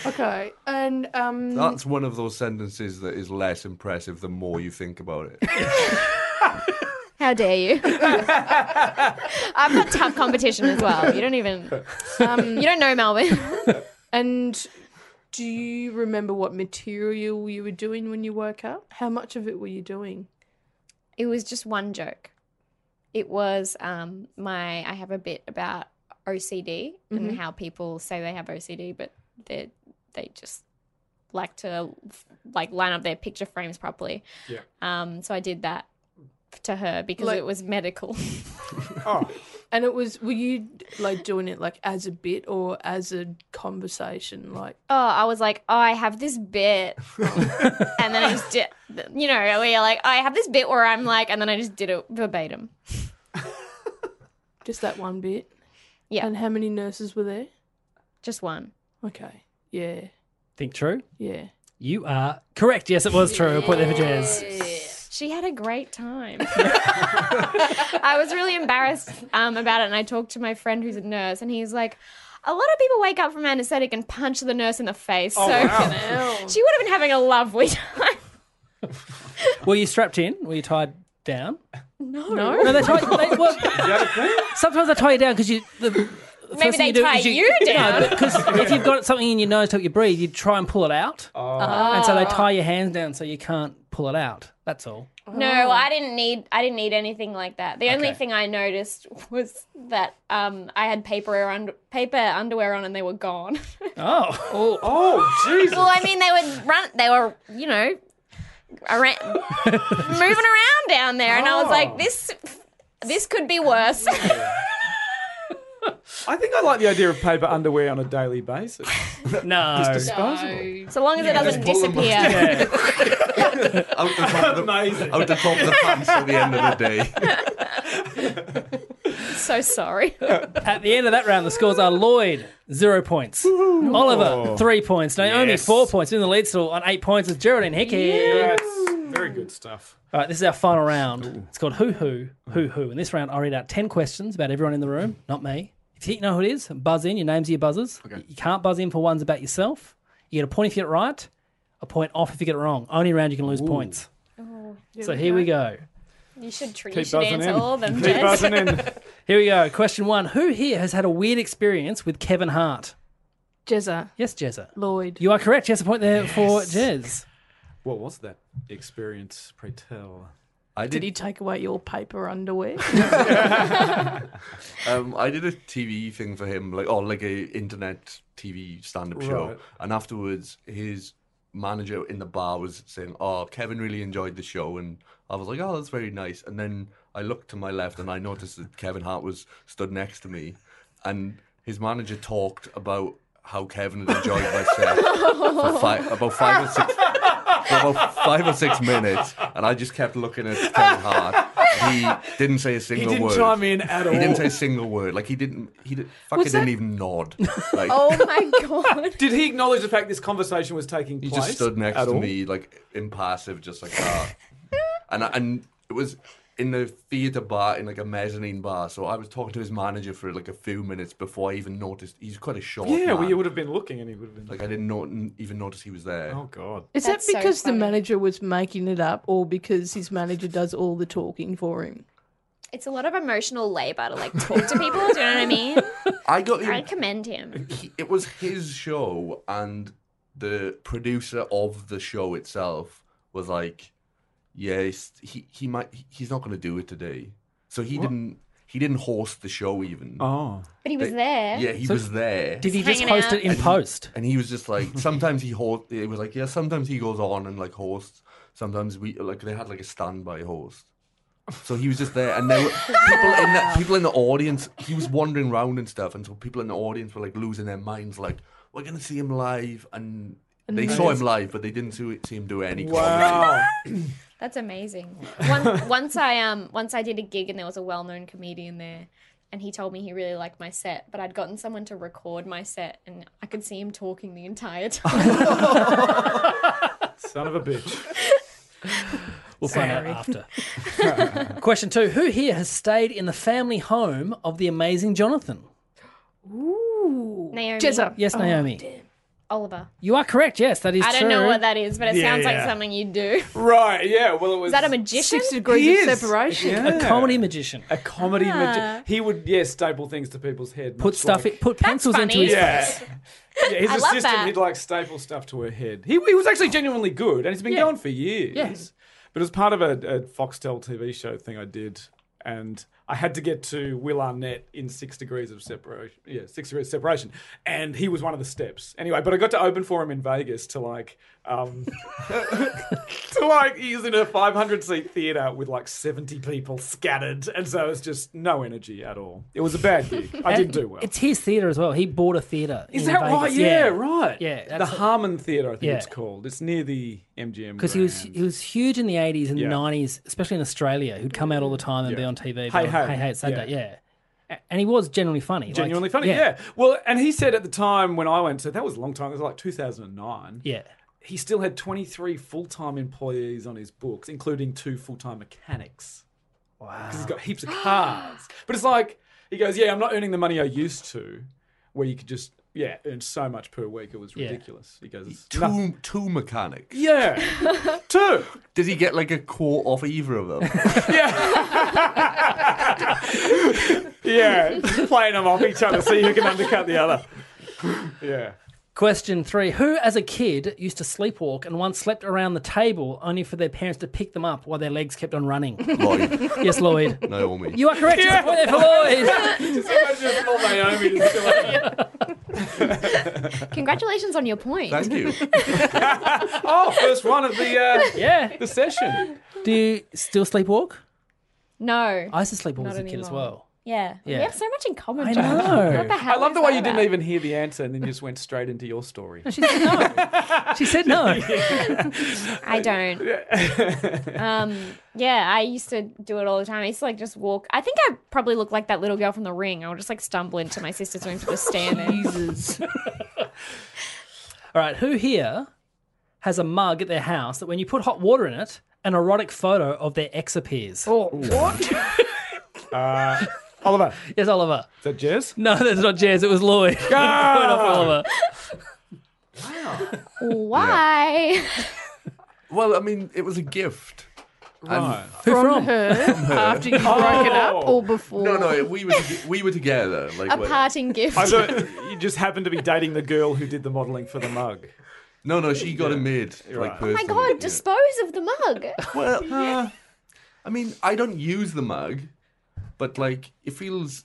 Speaker 4: Okay, and
Speaker 6: [laughs]
Speaker 4: um,
Speaker 6: That's one of those sentences that is less impressive the more you think about it.
Speaker 7: How dare you? I've got tough competition as well. You don't even. you don't know Melbourne.
Speaker 4: um, And do you remember what material you were doing when you woke up? How much of it were you doing?
Speaker 7: It was just one joke. It was um my I have a bit about OCD and how people say they have OCD, but they they just like to like line up their picture frames properly.
Speaker 8: Yeah.
Speaker 7: Um. So I did that to her because
Speaker 4: Like-
Speaker 7: it was medical.
Speaker 8: Oh,
Speaker 4: And it was were you like doing it like as a bit or as a conversation? Like
Speaker 7: oh, I was like, oh, I have this
Speaker 8: [laughs]
Speaker 7: bit, and then I just did. You know, where you're like, "Oh, I have this bit where I'm like, and then I just did it
Speaker 8: [laughs]
Speaker 7: verbatim.
Speaker 4: just that one bit?
Speaker 7: Yeah.
Speaker 4: And how many nurses were there?
Speaker 7: Just one.
Speaker 4: Okay. Yeah.
Speaker 3: Think true?
Speaker 4: Yeah.
Speaker 3: You are correct. Yes, it was true. Point there for Jez.
Speaker 7: She had a great time. I was really embarrassed um, about it, and I talked to my friend who's a nurse, and he's like, "A lot of people wake up from anaesthetic and punch the nurse in the face." so she would have been having a lovely time.
Speaker 3: Were you strapped in? Were you tied down?
Speaker 7: No,
Speaker 3: No, they tie. They, well,
Speaker 8: thing?
Speaker 3: sometimes they tie you down because you. The, the first thing
Speaker 7: they
Speaker 3: you do
Speaker 7: tie
Speaker 3: is you,
Speaker 7: you down.
Speaker 3: because if you've got something in your nose to help you breathe, you try and pull it out,
Speaker 7: Oh.
Speaker 3: and so they tie your hands down so you can't pull it out. That's all.
Speaker 7: No, I didn't need I didn't need anything like that. The only thing I noticed was that um, I had paper under, paper underwear on and they were gone.
Speaker 3: Oh,
Speaker 8: oh, Jesus.
Speaker 7: well, I mean they would run they were, you know, around, moving around down there and I was
Speaker 8: Oh.
Speaker 7: like this this could be worse.
Speaker 8: [laughs] I think I like the idea of paper underwear on a
Speaker 7: [laughs]
Speaker 8: daily basis.
Speaker 3: no.
Speaker 8: Disposable.
Speaker 7: so long as it doesn't
Speaker 6: pull them
Speaker 7: disappear.
Speaker 6: [laughs] out the top of the,
Speaker 8: Amazing.
Speaker 6: out the, top of the pants at the end of the day.
Speaker 7: so sorry.
Speaker 3: At the end of that round, the scores are Lloyd, zero points. Oliver, three points. Naomi,
Speaker 5: Yes.
Speaker 3: four points. In the lead still on eight points is Geraldine Hickey.
Speaker 5: Yes. Very good stuff.
Speaker 3: All right, this is our final round. It's called Who Who Who Who. In this round, I'll read out 10 questions about everyone in the room, not me. If you know who it is, buzz in. Your names are your buzzers. Okay. You can't buzz in for ones about yourself. You get a point if you get it right, a point off if you get it wrong. Only round you can lose points. so here we go.
Speaker 7: You should, tr- you
Speaker 8: Keep
Speaker 7: should
Speaker 8: buzzing
Speaker 7: answer
Speaker 8: in.
Speaker 7: all of them,
Speaker 8: Keep
Speaker 7: Jess.
Speaker 8: buzzing in.
Speaker 7: [laughs]
Speaker 3: Here we go. Question one Who here has had a weird experience with Kevin Hart?
Speaker 4: Jezza,
Speaker 3: Yes, Jezza.
Speaker 4: Lloyd.
Speaker 3: You are correct. Yes, a point there for Jez.
Speaker 5: What was that experience? Pray tell.
Speaker 6: I
Speaker 4: Did
Speaker 6: did.
Speaker 4: he take away your paper underwear?
Speaker 6: Um, I did a TV thing for him, like or like a internet TV stand-up show,
Speaker 5: Right.
Speaker 6: and afterwards his manager in the bar was saying, "Oh, Kevin really enjoyed the show," and I was like, "Oh, that's very nice." And then I looked to my left and I noticed that Kevin Hart was stood next to me, and his manager talked about how Kevin had enjoyed my set
Speaker 8: [laughs]
Speaker 6: for five, about five or six. For about five or six minutes, and I just kept looking at Kevin Hart. He didn't say a single
Speaker 8: didn't
Speaker 6: word.
Speaker 8: chime in at
Speaker 6: He didn't
Speaker 8: all.
Speaker 6: say a single word. Like he didn't. He did, fucking
Speaker 4: Was that-
Speaker 6: didn't even nod. Like
Speaker 7: [laughs] oh my
Speaker 4: [laughs]
Speaker 7: god.
Speaker 8: Did he acknowledge the fact this conversation was taking
Speaker 6: he
Speaker 8: place?
Speaker 6: just stood next
Speaker 8: at
Speaker 6: to
Speaker 8: all?
Speaker 6: me, like impassive, just like that. and I, and it was in the theater bar, in like a mezzanine bar. So I was talking to his manager for like a few minutes before I even noticed. He's quite a short.
Speaker 8: Yeah,
Speaker 6: man.
Speaker 8: well, you would have been looking, and he would have been
Speaker 6: Like I didn't not, even notice he was there.
Speaker 5: Oh God.
Speaker 4: Is
Speaker 7: That's so
Speaker 4: that because
Speaker 7: funny.
Speaker 4: the manager was making it up or because his manager does all the talking for him?
Speaker 7: It's a lot of emotional labor to like talk to people. Do you know what I mean?
Speaker 6: I got.
Speaker 7: I commend him.
Speaker 6: he, it was his show, and the producer of the show itself was like, "Yes, he he might he's not going to do it today." So he didn't he didn't host the show even.
Speaker 8: Oh,
Speaker 7: But he was there.
Speaker 6: yeah, he
Speaker 3: So-
Speaker 6: was there,
Speaker 3: Did he
Speaker 7: Just
Speaker 3: just
Speaker 7: hanging
Speaker 3: host
Speaker 7: out.
Speaker 3: it in post?
Speaker 6: and he was just like, sometimes he host. It was like, yeah, sometimes he goes on and like hosts. Sometimes we like they had like a standby host. So he was just there, and there were people in the, people in the audience. He was wandering around and stuff, and so people in the audience were like losing their minds, like we're gonna see him live, and they saw him live, but they didn't see, see him do any. comedy.
Speaker 4: [laughs]
Speaker 8: wow.
Speaker 7: That's amazing. One, once I um once I did a gig and there was a well-known comedian there, and he told me he really liked my set, but I'd gotten someone to record my set, and I could see him talking the entire time.
Speaker 8: Son of a bitch.
Speaker 3: We'll find out after. [laughs] Question two Who here has stayed in the family home of the amazing Jonathan?
Speaker 7: [laughs] Naomi,
Speaker 4: Jezza.
Speaker 3: Yes, Naomi.
Speaker 7: Oh, Oliver.
Speaker 3: You are correct. Yes, that is
Speaker 7: I don't
Speaker 3: true.
Speaker 7: know what that is, but it
Speaker 8: Yeah,
Speaker 7: sounds
Speaker 8: yeah.
Speaker 7: like something you do. Is
Speaker 8: Right, yeah. Well, it was.
Speaker 7: that a magician?
Speaker 4: Six
Speaker 8: He
Speaker 4: degrees of
Speaker 8: is.
Speaker 4: separation.
Speaker 8: Yeah.
Speaker 3: Comedy magician.
Speaker 8: A comedy
Speaker 7: Ah.
Speaker 8: magi- He would, yeah, staple things to people's head.
Speaker 3: Put
Speaker 8: much
Speaker 3: stuff.
Speaker 8: like-
Speaker 3: in, put pencils into
Speaker 7: funny.
Speaker 3: his.
Speaker 8: Yeah. yeah his
Speaker 7: I love
Speaker 8: assistant,
Speaker 7: that.
Speaker 8: he'd like staple stuff to her head. He, he was actually genuinely good, and it's been going for years. Yes. But it was part of a, a Foxtel TV show thing I did, and I had to get to Will Arnett in Six Degrees of Separation. Yeah, Six Degrees of Separation. And he was one of the steps. Anyway, but I got to open for him in Vegas to like. Um, [laughs] to like he's in a 500 seat theater with like 70 people scattered and so it's just no energy at all it was a bad gig i didn't do well
Speaker 3: It's his theater as well. He bought a theater.
Speaker 8: is
Speaker 3: in
Speaker 8: that
Speaker 3: Vegas.
Speaker 8: right? Yeah, right.
Speaker 3: Yeah,
Speaker 8: the
Speaker 3: that's it.
Speaker 8: Harmon Theatre, I think
Speaker 3: Yeah.
Speaker 8: it's called. It's near the MGM.
Speaker 3: Because he was
Speaker 8: grounds.
Speaker 3: he was huge in the eighties and
Speaker 8: Yeah.
Speaker 3: nineties, especially in Australia. He'd come out all the time and be on TV. be
Speaker 8: Hey,
Speaker 3: on,
Speaker 8: hey.
Speaker 3: hey, hey, it's Saturday. Yeah. A- and he was genuinely funny. like-
Speaker 8: genuinely funny. Yeah. Well, and he said at the time when I went, so that was a long time. It was like 2009.
Speaker 3: yeah,
Speaker 8: He still had 23 full time employees on his books, including two full time mechanics. Wow. Because he's got heaps of cars.
Speaker 3: [gasps]
Speaker 8: but it's like he goes, yeah, I'm not earning the money I used to, where you could just yeah earn so much per week. It was
Speaker 3: Yeah.
Speaker 8: ridiculous. He goes,
Speaker 6: Two
Speaker 8: "No."
Speaker 6: two mechanics.
Speaker 3: [laughs]
Speaker 8: yeah, two.
Speaker 6: Did he get like a quote off either of them?
Speaker 8: Yeah, just playing them off each other, see who can undercut the other. Yeah.
Speaker 3: Question three: Who, as a kid, used to sleepwalk and once slept around the table only for their parents to pick them up while their legs kept
Speaker 7: [laughs]
Speaker 3: on running?
Speaker 6: Lloyd,
Speaker 3: yes, Lloyd.
Speaker 6: Naomi.
Speaker 3: You are correct. It's a point there for Lloyd.
Speaker 8: Just imagine all Naomi just like,
Speaker 7: Congratulations on your point.
Speaker 6: Thank you.
Speaker 8: oh, first one of the uh,
Speaker 3: yeah.
Speaker 8: the session.
Speaker 3: Do you still sleepwalk?
Speaker 7: No.
Speaker 3: I used to sleepwalk
Speaker 7: Not
Speaker 3: as a kid as
Speaker 7: anymore.
Speaker 3: well.
Speaker 7: Yeah.
Speaker 3: Yeah.
Speaker 7: We have so much in common,
Speaker 3: I
Speaker 7: Joe.
Speaker 3: know.
Speaker 7: What the hell
Speaker 8: I love
Speaker 7: is
Speaker 8: the way
Speaker 7: that
Speaker 8: you didn't
Speaker 7: about?
Speaker 8: even hear the answer and then you just went straight into your story.
Speaker 3: She said no. she said
Speaker 4: [laughs]
Speaker 3: no.
Speaker 7: [laughs] I don't. um, yeah, I used to do it all the time. I used to like just walk. I think I probably look like that little girl from The Ring. I would just like stumble into my sister's room to just stand there.
Speaker 4: Jesus.
Speaker 3: All right, who here has a mug at their house that when you put hot water in it, an erotic photo of their ex appears?
Speaker 4: Oh, what?
Speaker 8: Uh, Oliver,
Speaker 3: Yes, Oliver.
Speaker 8: is
Speaker 3: [laughs]
Speaker 8: that Jez?
Speaker 3: No, that's not Jazz. It was Lloyd. [laughs] Point off Oliver.
Speaker 7: Why?
Speaker 6: Well, I mean, it was a gift.
Speaker 8: Right.
Speaker 3: Who
Speaker 4: From,
Speaker 3: from?
Speaker 4: her after you broke it up or before?
Speaker 6: Oh. No, no, we were toge- we were together. Like
Speaker 7: A
Speaker 6: when-
Speaker 7: parting gift.
Speaker 8: I thought you just happened to be dating the girl who did the modelling for the mug.
Speaker 6: No, no, she got it made. Like
Speaker 8: right.
Speaker 7: Oh my
Speaker 6: personally.
Speaker 7: god,
Speaker 6: Yeah.
Speaker 7: dispose of the mug.
Speaker 6: Well, uh, I mean, I don't use the mug, but like it feels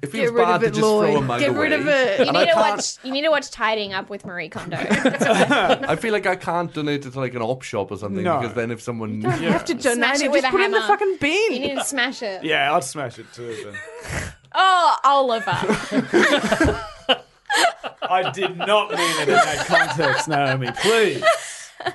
Speaker 6: it feels
Speaker 4: rid of
Speaker 6: bad to
Speaker 4: it,
Speaker 6: just throw a
Speaker 4: Lloyd.
Speaker 6: mug
Speaker 4: Get
Speaker 6: away.
Speaker 4: rid of it.
Speaker 7: You
Speaker 6: And I
Speaker 7: need to
Speaker 6: can't-
Speaker 7: watch you need to watch Tidying Up with Marie Kondo.
Speaker 6: I feel like I can't donate it to like an op shop or something
Speaker 8: No.
Speaker 6: because then if someone
Speaker 4: You have to
Speaker 7: Smash
Speaker 4: donate
Speaker 7: it
Speaker 4: it.
Speaker 7: with
Speaker 4: Just
Speaker 7: a
Speaker 4: put it in the
Speaker 7: hammer.
Speaker 4: fucking bin.
Speaker 7: You need to smash it.
Speaker 8: Yeah, I'd smash it too. But
Speaker 7: [laughs] Oh, Oliver.
Speaker 8: [laughs] I did not mean it in that context, Naomi. Please.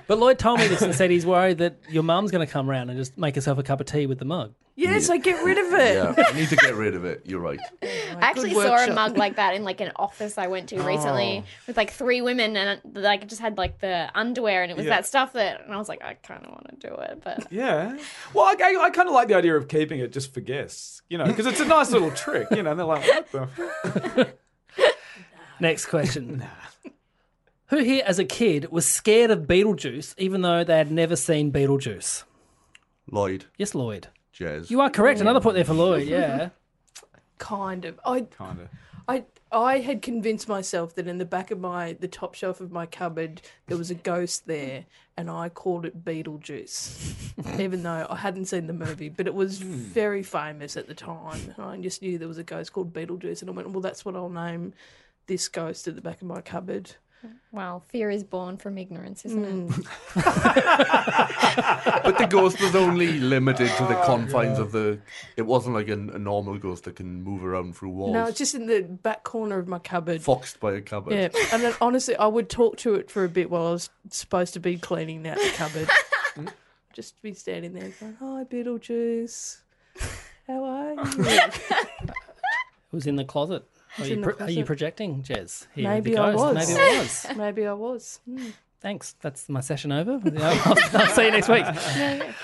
Speaker 3: But Lloyd told me this and said he's worried that your mum's going to come round and just make herself a cup of tea with the mug.
Speaker 4: Yes, I get rid of it.
Speaker 6: yeah, I need to get rid of it. You're right.
Speaker 7: I actually
Speaker 4: good
Speaker 7: saw a
Speaker 4: workshop.
Speaker 7: mug like that in like an office I went to
Speaker 8: Oh.
Speaker 7: recently with like three women and like it just had like the underwear and it was
Speaker 8: Yeah.
Speaker 7: that stuff that and I was like I kind of want to do it but
Speaker 8: Yeah. Well, I, I, I kind of like the idea of keeping it just for guests, you know, because it's a nice little trick, you know. And they're like, what the?
Speaker 3: Next question. Who here as a kid was scared of Beetlejuice even though they had never seen Beetlejuice?
Speaker 6: Lloyd,
Speaker 3: Yes, Lloyd.
Speaker 6: Jez.
Speaker 3: You are correct. Another point there for Lloyd, yeah.
Speaker 4: Kind of. I,
Speaker 8: Kind of.
Speaker 4: I, I had convinced myself that in the back of my, the top shelf of my cupboard, there was a ghost there, and I called it Beetlejuice, even though I hadn't seen the movie. But it was very famous at the time. And I just knew there was a ghost called Beetlejuice, and I went, well, that's what I'll name this ghost at the back of my cupboard.
Speaker 7: well fear is born [laughs] from ignorance isn't it
Speaker 6: But the ghost was only limited to the
Speaker 8: Oh,
Speaker 6: confines of the. It wasn't like a, a normal ghost that can move around through walls.
Speaker 4: No, it's just in the back corner of my cupboard.
Speaker 6: foxed by a cupboard.
Speaker 4: Yeah, and then honestly, I would talk to it for a bit while I was supposed to be cleaning that cupboard. Just be standing there going, "Hi, Beetlejuice, how are you?"
Speaker 3: Who's in the closet? Are you,
Speaker 4: in the
Speaker 3: pro- are you
Speaker 4: closet.
Speaker 3: projecting, Jez? Here, with
Speaker 4: Maybe
Speaker 3: the
Speaker 4: I
Speaker 3: ghost?
Speaker 4: was.
Speaker 3: Maybe
Speaker 4: [laughs]
Speaker 3: I was.
Speaker 4: Maybe I was. Hmm.
Speaker 3: Thanks. That's my session over. [laughs] I'll, I'll see you next
Speaker 4: [laughs]
Speaker 3: week.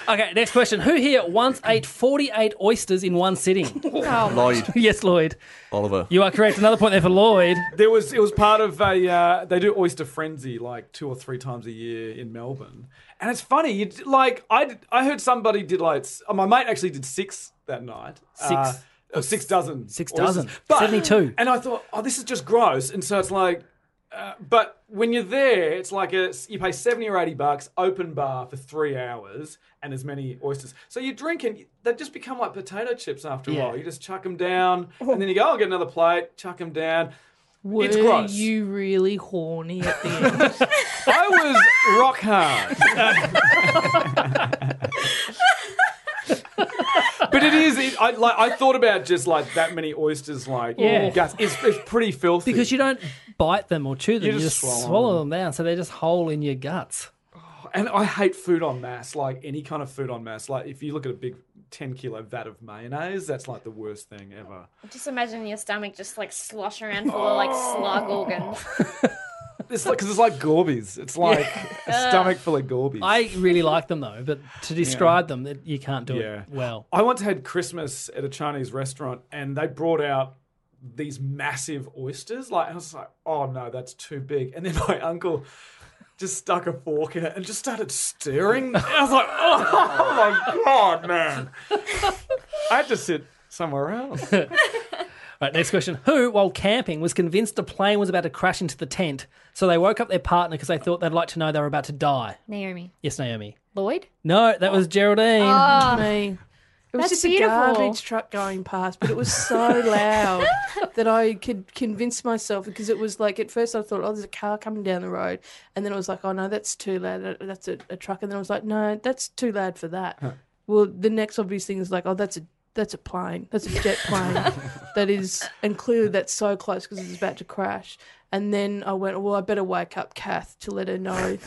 Speaker 3: Okay, next question. Who here once ate 48 oysters in one
Speaker 4: [laughs]
Speaker 3: sitting?
Speaker 6: Lloyd,
Speaker 3: yes, Lloyd.
Speaker 6: Oliver.
Speaker 3: You are correct. Another point there for Lloyd.
Speaker 8: There was it was part of a uh, they do oyster frenzy like two or three times a year in Melbourne, and it's funny. You d- like I d- I heard somebody did like s- oh, my mate actually did six that night.
Speaker 3: Six?
Speaker 8: Uh, oh, six dozen.
Speaker 3: Six
Speaker 8: oysters.
Speaker 3: dozen.
Speaker 8: But,
Speaker 3: 72.
Speaker 8: And I thought, oh, this is just gross. And so it's like, uh, but when you're there, it's like a, you pay 70 or 80 bucks, open bar for three hours, and as many oysters. So you drink and they just become like potato chips after a
Speaker 3: Yeah. Oh.
Speaker 8: while. You just chuck them down, and then you go, "Oh, I'll get another plate, chuck them down.
Speaker 4: Were
Speaker 8: it's gross.
Speaker 4: you really horny at the end?
Speaker 8: I was rock hard. but it is. It, I like. I thought about just like that many oysters. Like,
Speaker 3: Yeah.
Speaker 8: guts. It's, it's pretty filthy.
Speaker 3: Because you don't bite them or chew them, you just, swallow, them.
Speaker 8: them.
Speaker 3: down. So they're just whole in your guts.
Speaker 8: and I hate food on mass. Like any kind of food on mass. Like if you look at a big ten kilo vat of mayonnaise, that's like the worst thing ever.
Speaker 7: just imagine your stomach just like slosh around full of like slug organs
Speaker 8: Oh. [laughs] It's like because it's like gorbies. It's like a stomach full of gorbies.
Speaker 3: I really like them though, but to describe them, it- you can't do
Speaker 8: Yeah.
Speaker 3: it well.
Speaker 8: I once had Christmas at a Chinese restaurant, and they brought out these massive oysters. Like, I was like, "Oh no, that's too big." And then [laughs] my uncle just stuck a fork in it and just started stirring. And I was like, "Oh, [laughs] my god, man!" I had to sit
Speaker 7: [laughs]
Speaker 8: somewhere else.
Speaker 3: All right, next question. Who, while camping, was convinced a plane was about to crash into the tent, so they woke up their partner because they thought they'd like to know they were about to die?
Speaker 7: Naomi
Speaker 3: Yes, Naomi.
Speaker 7: Lloyd Oh.
Speaker 3: No, that was Geraldine.
Speaker 4: Me.
Speaker 7: Ah,
Speaker 4: It was
Speaker 7: That's
Speaker 4: just a
Speaker 7: beautiful.
Speaker 4: garbage truck going past, but it was so
Speaker 7: [laughs]
Speaker 4: loud that I could convince myself because it was like at first I thought, oh, there's a car coming down the road, and then I was like, oh no, that's too loud. that- That's a, a truck, and then I was like, no, that's too loud for that. well, the next obvious thing is like, oh, that's a that's a plane. That's a
Speaker 6: [laughs]
Speaker 4: jet plane. that is, and clearly that's so close because it's about to crash. And then I went, well, I better wake up Kath to let her know.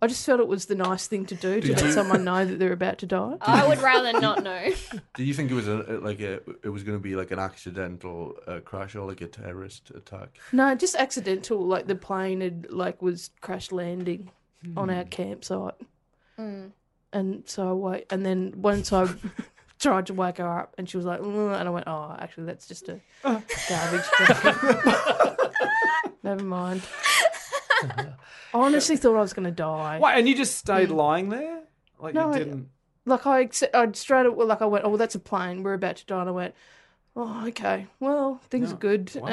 Speaker 4: I just felt it was the nice thing to do to
Speaker 6: Did
Speaker 4: let
Speaker 6: you-
Speaker 4: someone know that they're about to die.
Speaker 7: I would rather not know.
Speaker 6: Do you think it was a, like a, it was going to be like an accidental uh, crash or like a terrorist attack?
Speaker 4: No, just accidental. Like the plane had like was crash landing on our campsite, and so I wait. And then once I [laughs] tried to wake her up, and she was like, "Mm," and I went, "Oh, actually, that's just a garbage truck." Never mind. I honestly thought I was going to die.
Speaker 8: Wait, and you just stayed lying there? Like
Speaker 4: No, I-
Speaker 8: you didn't.
Speaker 4: Like I, accept- I straight up, like I went, "Oh, well, that's a plane. We're about to die." And I went, "Oh, okay. Well, things are good." Um,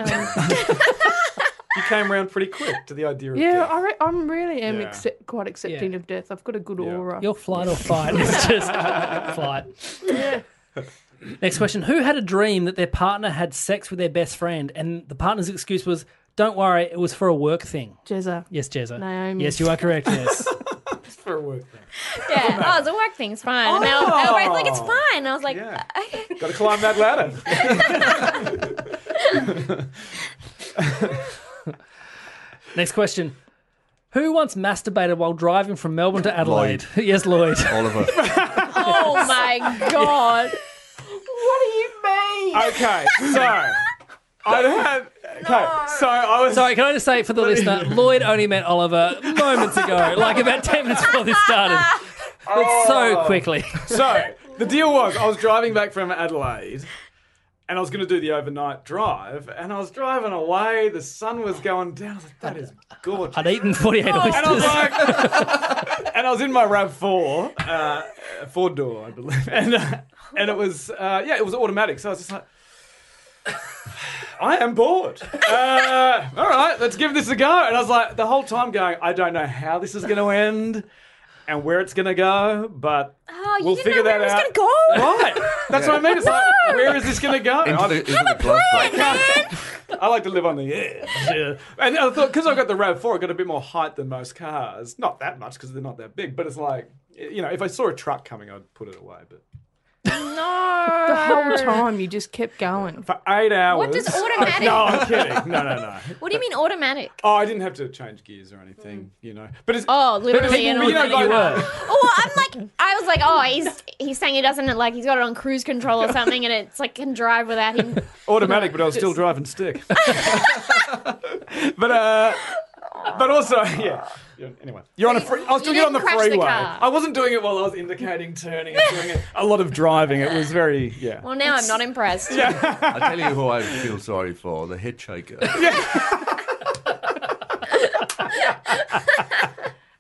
Speaker 8: You came around pretty quick to the idea of
Speaker 4: Yeah,
Speaker 8: death.
Speaker 4: I re- I'm really am
Speaker 8: Yeah.
Speaker 4: accep- quite accepting
Speaker 3: Yeah.
Speaker 4: of death. I've got a good
Speaker 8: Yeah.
Speaker 4: aura.
Speaker 3: Your flight or fight is just flight. Next question. Who had a dream that their partner had sex with their best friend and the partner's excuse was, don't worry, it was for a work thing?
Speaker 4: Jezza.
Speaker 3: Yes, Jezza.
Speaker 4: Naomi.
Speaker 3: Yes, you are correct, yes.
Speaker 8: for a work thing.
Speaker 7: Yeah. Oh, it's a work thing. It's fine. And they were, they were both like, it's fine. And I was like,
Speaker 8: Oh. Yeah.
Speaker 7: "Uh, okay.
Speaker 8: Got to climb that
Speaker 7: [laughs]
Speaker 8: ladder.
Speaker 3: Next question. Who once masturbated while driving from Melbourne to Adelaide? [laughs] yes, Lloyd.
Speaker 6: Oliver,
Speaker 7: Oh my God.
Speaker 8: okay, so I had. Okay, so I was.
Speaker 3: Sorry, can I just say for the listener, Lloyd only met Oliver moments ago, like about 10 minutes before this [laughs] started. But so quickly.
Speaker 8: So the deal was, I was driving back from Adelaide, and I was going to do the overnight drive. And I was driving away. The sun was going down. I was like, "That is gorgeous."
Speaker 3: I'd eaten 48
Speaker 8: And I was
Speaker 3: oysters.
Speaker 8: like, and I was in my Rav Four, uh, four door, I believe, [laughs] and uh, and it was uh, yeah, it was automatic. So I was just like, [sighs] I am bored. Uh, all right, let's give this a go. And I was like, the whole time going, I don't know how this is going to end. And where it's gonna go, but
Speaker 7: Oh, you
Speaker 8: we'll
Speaker 7: didn't
Speaker 8: figure
Speaker 7: know where
Speaker 8: that
Speaker 7: it was
Speaker 8: out.
Speaker 7: gonna go?
Speaker 8: [laughs] Right, that's what I mean.
Speaker 7: [laughs]
Speaker 8: It's like, where is this gonna go?
Speaker 6: [laughs]
Speaker 8: And
Speaker 6: into
Speaker 8: I've-
Speaker 6: the, into the glove box.
Speaker 8: I like to live on the edge. yeah. And I thought, because I got the RAV4, I got a bit more height than most cars. Not that much because they're not that big, but it's like, you know, if I saw a truck coming, I'd put it away. But
Speaker 4: The whole time you just kept going.
Speaker 8: for eight hours.
Speaker 7: What does automatic-
Speaker 8: [laughs] no, I'm kidding. No, no, no.
Speaker 7: [laughs] What do you mean automatic?
Speaker 8: Oh, I didn't have to change gears or anything, you know. But it's.
Speaker 7: Oh, literally an
Speaker 8: But you know,
Speaker 7: automatic.
Speaker 8: like- [laughs]
Speaker 7: Oh, I'm like, I was like, oh, he's he's saying he doesn't like he's got it on cruise control or something, and it's like can drive without him.
Speaker 8: [laughs] automatic, but I was still driving stick. [laughs] but uh, but also, [laughs] yeah. yeah, Anyway, you're on a. Free, I was
Speaker 7: You
Speaker 8: doing it on the
Speaker 7: didn't crash the
Speaker 8: freeway.
Speaker 7: car.
Speaker 8: I wasn't doing it while I was indicating turning and doing it. A lot of driving. It was very yeah.
Speaker 7: Well, now I'm not impressed.
Speaker 8: [laughs]
Speaker 6: I tell you who I feel sorry for: the hitchhiker.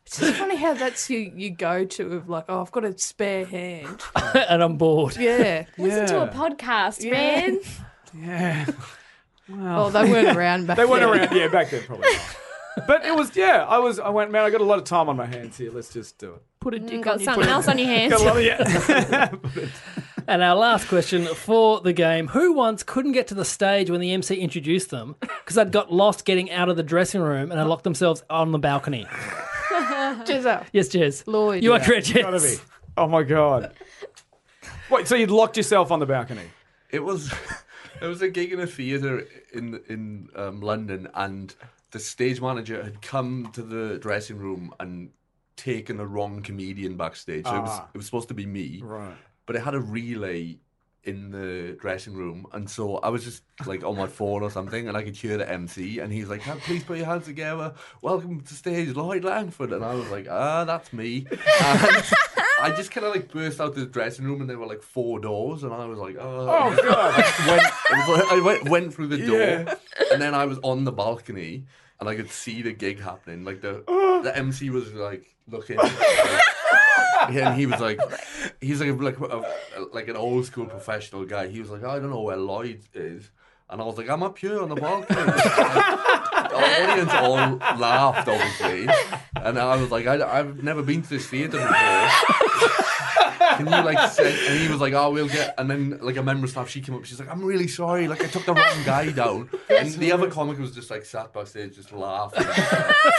Speaker 4: It's just funny how that's your, your go to of like, oh, I've got a spare
Speaker 8: [laughs]
Speaker 4: hand.
Speaker 3: [laughs] and I'm bored.
Speaker 4: Yeah.
Speaker 7: Listen to a podcast, man.
Speaker 8: [laughs] Yeah.
Speaker 4: Oh, they weren't around back
Speaker 8: They went
Speaker 4: then.
Speaker 8: around, yeah, back then probably. not. but it was, yeah. I was, I went, man. I got a lot of time on my hands here. Let's just do it.
Speaker 4: Put a dick
Speaker 7: Got
Speaker 4: on your
Speaker 7: something else on your hands.
Speaker 8: Got a
Speaker 7: [laughs]
Speaker 8: lot of, yeah.
Speaker 3: And our last question for the game Who once couldn't get to the stage when the MC introduced them because they'd got lost getting out of the dressing room and had locked themselves on the balcony?
Speaker 4: Jizz
Speaker 8: [laughs]
Speaker 4: up.
Speaker 3: Yes, Jez.
Speaker 4: Lloyd.
Speaker 3: You are
Speaker 4: Yeah,
Speaker 3: correct,
Speaker 8: Gotta be.
Speaker 3: Jez.
Speaker 8: Oh my god. Wait, so you'd locked yourself on the balcony?
Speaker 6: It was it was a gig in a theatre in in um, London, and the stage manager had come to the dressing room and taken the wrong comedian backstage. So it was
Speaker 8: Ah.
Speaker 6: it was supposed to be me,
Speaker 8: Right.
Speaker 6: but it had a relay in the dressing room, and so I was just like on my phone or something, and I could hear the MC, and he's like, "Now "Please put your hands together. Welcome to stage, Lloyd Langford," and I was like, "Ah, that's me." And I just kind of like burst out the dressing room, and there were like four doors, and I was like, "Oh,
Speaker 8: Oh god.
Speaker 6: went, it was [laughs] like I went, went through the door,
Speaker 8: Yeah.
Speaker 6: and then I was on the balcony, and I could see the gig happening. Like the the MC was like looking, like,
Speaker 8: [laughs]
Speaker 6: and he was like, he's like a, like a, like an old school professional guy. He was like, I don't know where Lloyd is, and I was like, I'm up here on the balcony. And The audience all laughed, obviously, and I was like, I, I've never been to this theatre before. Can you like send? And he was like, "Oh, we'll get." And then like a member of staff, she came up. She's like, "I'm really sorry. Like I took the wrong guy down." And the other comic was just like sat backstage, just laughing.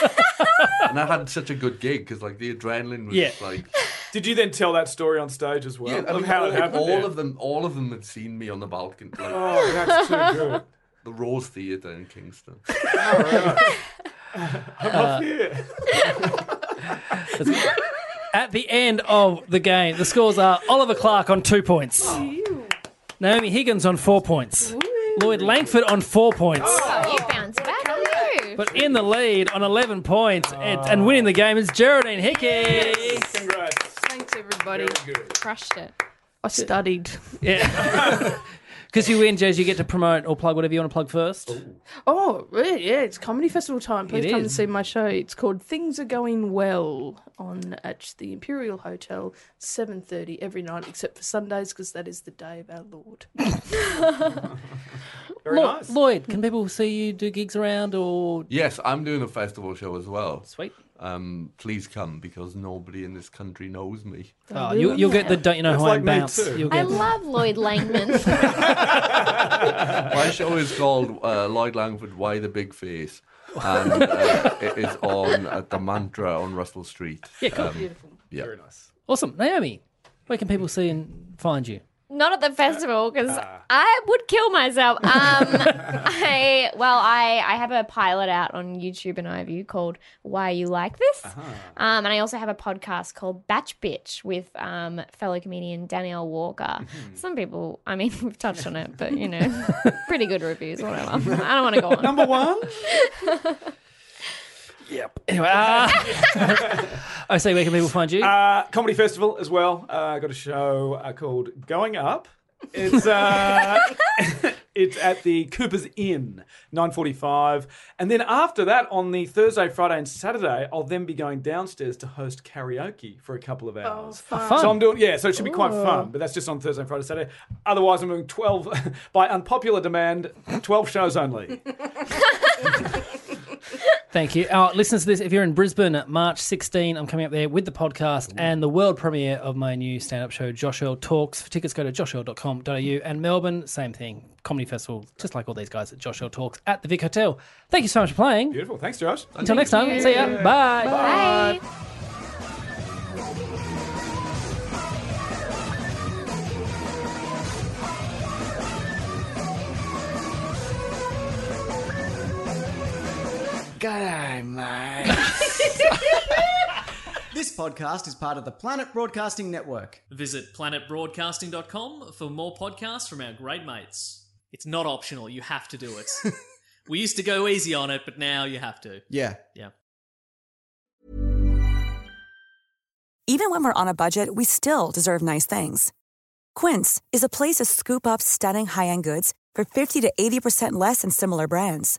Speaker 6: and I had such a good gig because like the adrenaline was
Speaker 3: Yeah.
Speaker 6: just, like
Speaker 8: Did you then tell that story on stage as well?
Speaker 6: yeah. I
Speaker 8: of
Speaker 6: mean,
Speaker 8: how
Speaker 6: all,
Speaker 8: it happened.
Speaker 6: all
Speaker 8: yeah.
Speaker 6: of them, all of them had seen me on the balcony, like
Speaker 8: Oh, that's too good.
Speaker 6: the Rose Theatre in Kingston. [laughs]
Speaker 3: At the end of the game, the scores are Oliver Clark on two points, Naomi Higgins on four points, Lloyd Langford on four points.
Speaker 7: Oh, you bounce back, you.
Speaker 3: But in the lead on 11 points and, and winning the game is Geraldine Hickey.
Speaker 8: Congrats.
Speaker 4: Thanks, everybody.
Speaker 7: Crushed it.
Speaker 4: I studied.
Speaker 3: Yeah. Because you win, Jez, you get to promote or plug whatever you want to plug first.
Speaker 4: Oh, yeah, yeah, it's comedy festival time. Please
Speaker 3: It
Speaker 4: come and
Speaker 3: is.
Speaker 4: see my show. It's called Things Are Going Well on at the Imperial Hotel, 7.30 every night, except for Sundays, because that is the day of our Lord.
Speaker 8: Very
Speaker 3: Lo-
Speaker 8: nice.
Speaker 3: Lloyd, can people see you do gigs around or.
Speaker 6: Yes, I'm doing a festival show as well.
Speaker 3: Sweet.
Speaker 6: Um, please come because nobody in this country knows me.
Speaker 3: Oh, you, you'll get the Don't You Know
Speaker 8: That's
Speaker 3: Who
Speaker 8: like
Speaker 3: I'm
Speaker 8: me
Speaker 3: bounce.
Speaker 8: too.
Speaker 3: You'll
Speaker 7: I
Speaker 3: get
Speaker 7: love Lloyd Langman.
Speaker 6: My show is called uh, Lloyd Langford Why the Big Face, and uh, it is on at the Mantra on Russell Street. Yeah,
Speaker 4: Beautiful.
Speaker 6: yeah.
Speaker 3: Awesome. Naomi, where can people see and find you?
Speaker 7: Not at the
Speaker 8: Uh,
Speaker 7: festival because I would kill
Speaker 8: [laughs]
Speaker 7: myself. Um, I well, I I have a pilot out on YouTube and iView called "Why You Like This,"
Speaker 8: Uh-huh.
Speaker 7: um, and I also have a podcast called Batch Bitch with um, fellow comedian Danielle Walker.
Speaker 8: Mm-hmm.
Speaker 7: Some people, I mean, [laughs] we've touched on it, but you
Speaker 8: [laughs]
Speaker 7: know, pretty good reviews. Whatever. I don't want to go on.
Speaker 8: Number one.
Speaker 3: Anyway, uh, [laughs] I say, where can people find you?
Speaker 8: Uh, comedy festival as well. Uh, I got a show uh, called Going Up. It's uh, it's at the Cooper's Inn, nine forty-five, and then after that, on the Thursday, Friday, and Saturday, I'll then be going downstairs to host karaoke for a couple of hours.
Speaker 3: Fun.
Speaker 8: So I'm doing yeah, so it should be quite fun. But that's just on Thursday, Friday, Saturday. Otherwise, I'm doing twelve [laughs] by unpopular demand, twelve shows only.
Speaker 3: Thank you. Our listeners to this, if you're in Brisbane, March 16, I'm coming up there with the podcast and the world premiere of my new stand up show, Josh Earl Talks. For tickets, go to joshearl.com.au. And Melbourne, same thing. Comedy Festival, just like all these guys at Josh Earl Talks at the Vic Hotel. Thank you so much for playing.
Speaker 8: Beautiful. Thanks, Josh.
Speaker 3: Until next time, see ya. Bye.
Speaker 7: Bye.
Speaker 1: This podcast is part of the Planet Broadcasting Network.
Speaker 2: Visit planetbroadcasting.com for more podcasts from our great mates. It's not optional, you have to do it. we used to go easy on it, but now you have to.
Speaker 1: Yeah.
Speaker 2: Yeah.
Speaker 11: Even when we're on a budget, we still deserve nice things. Quince is a place to scoop up stunning high end goods for 50 to 80% less than similar brands.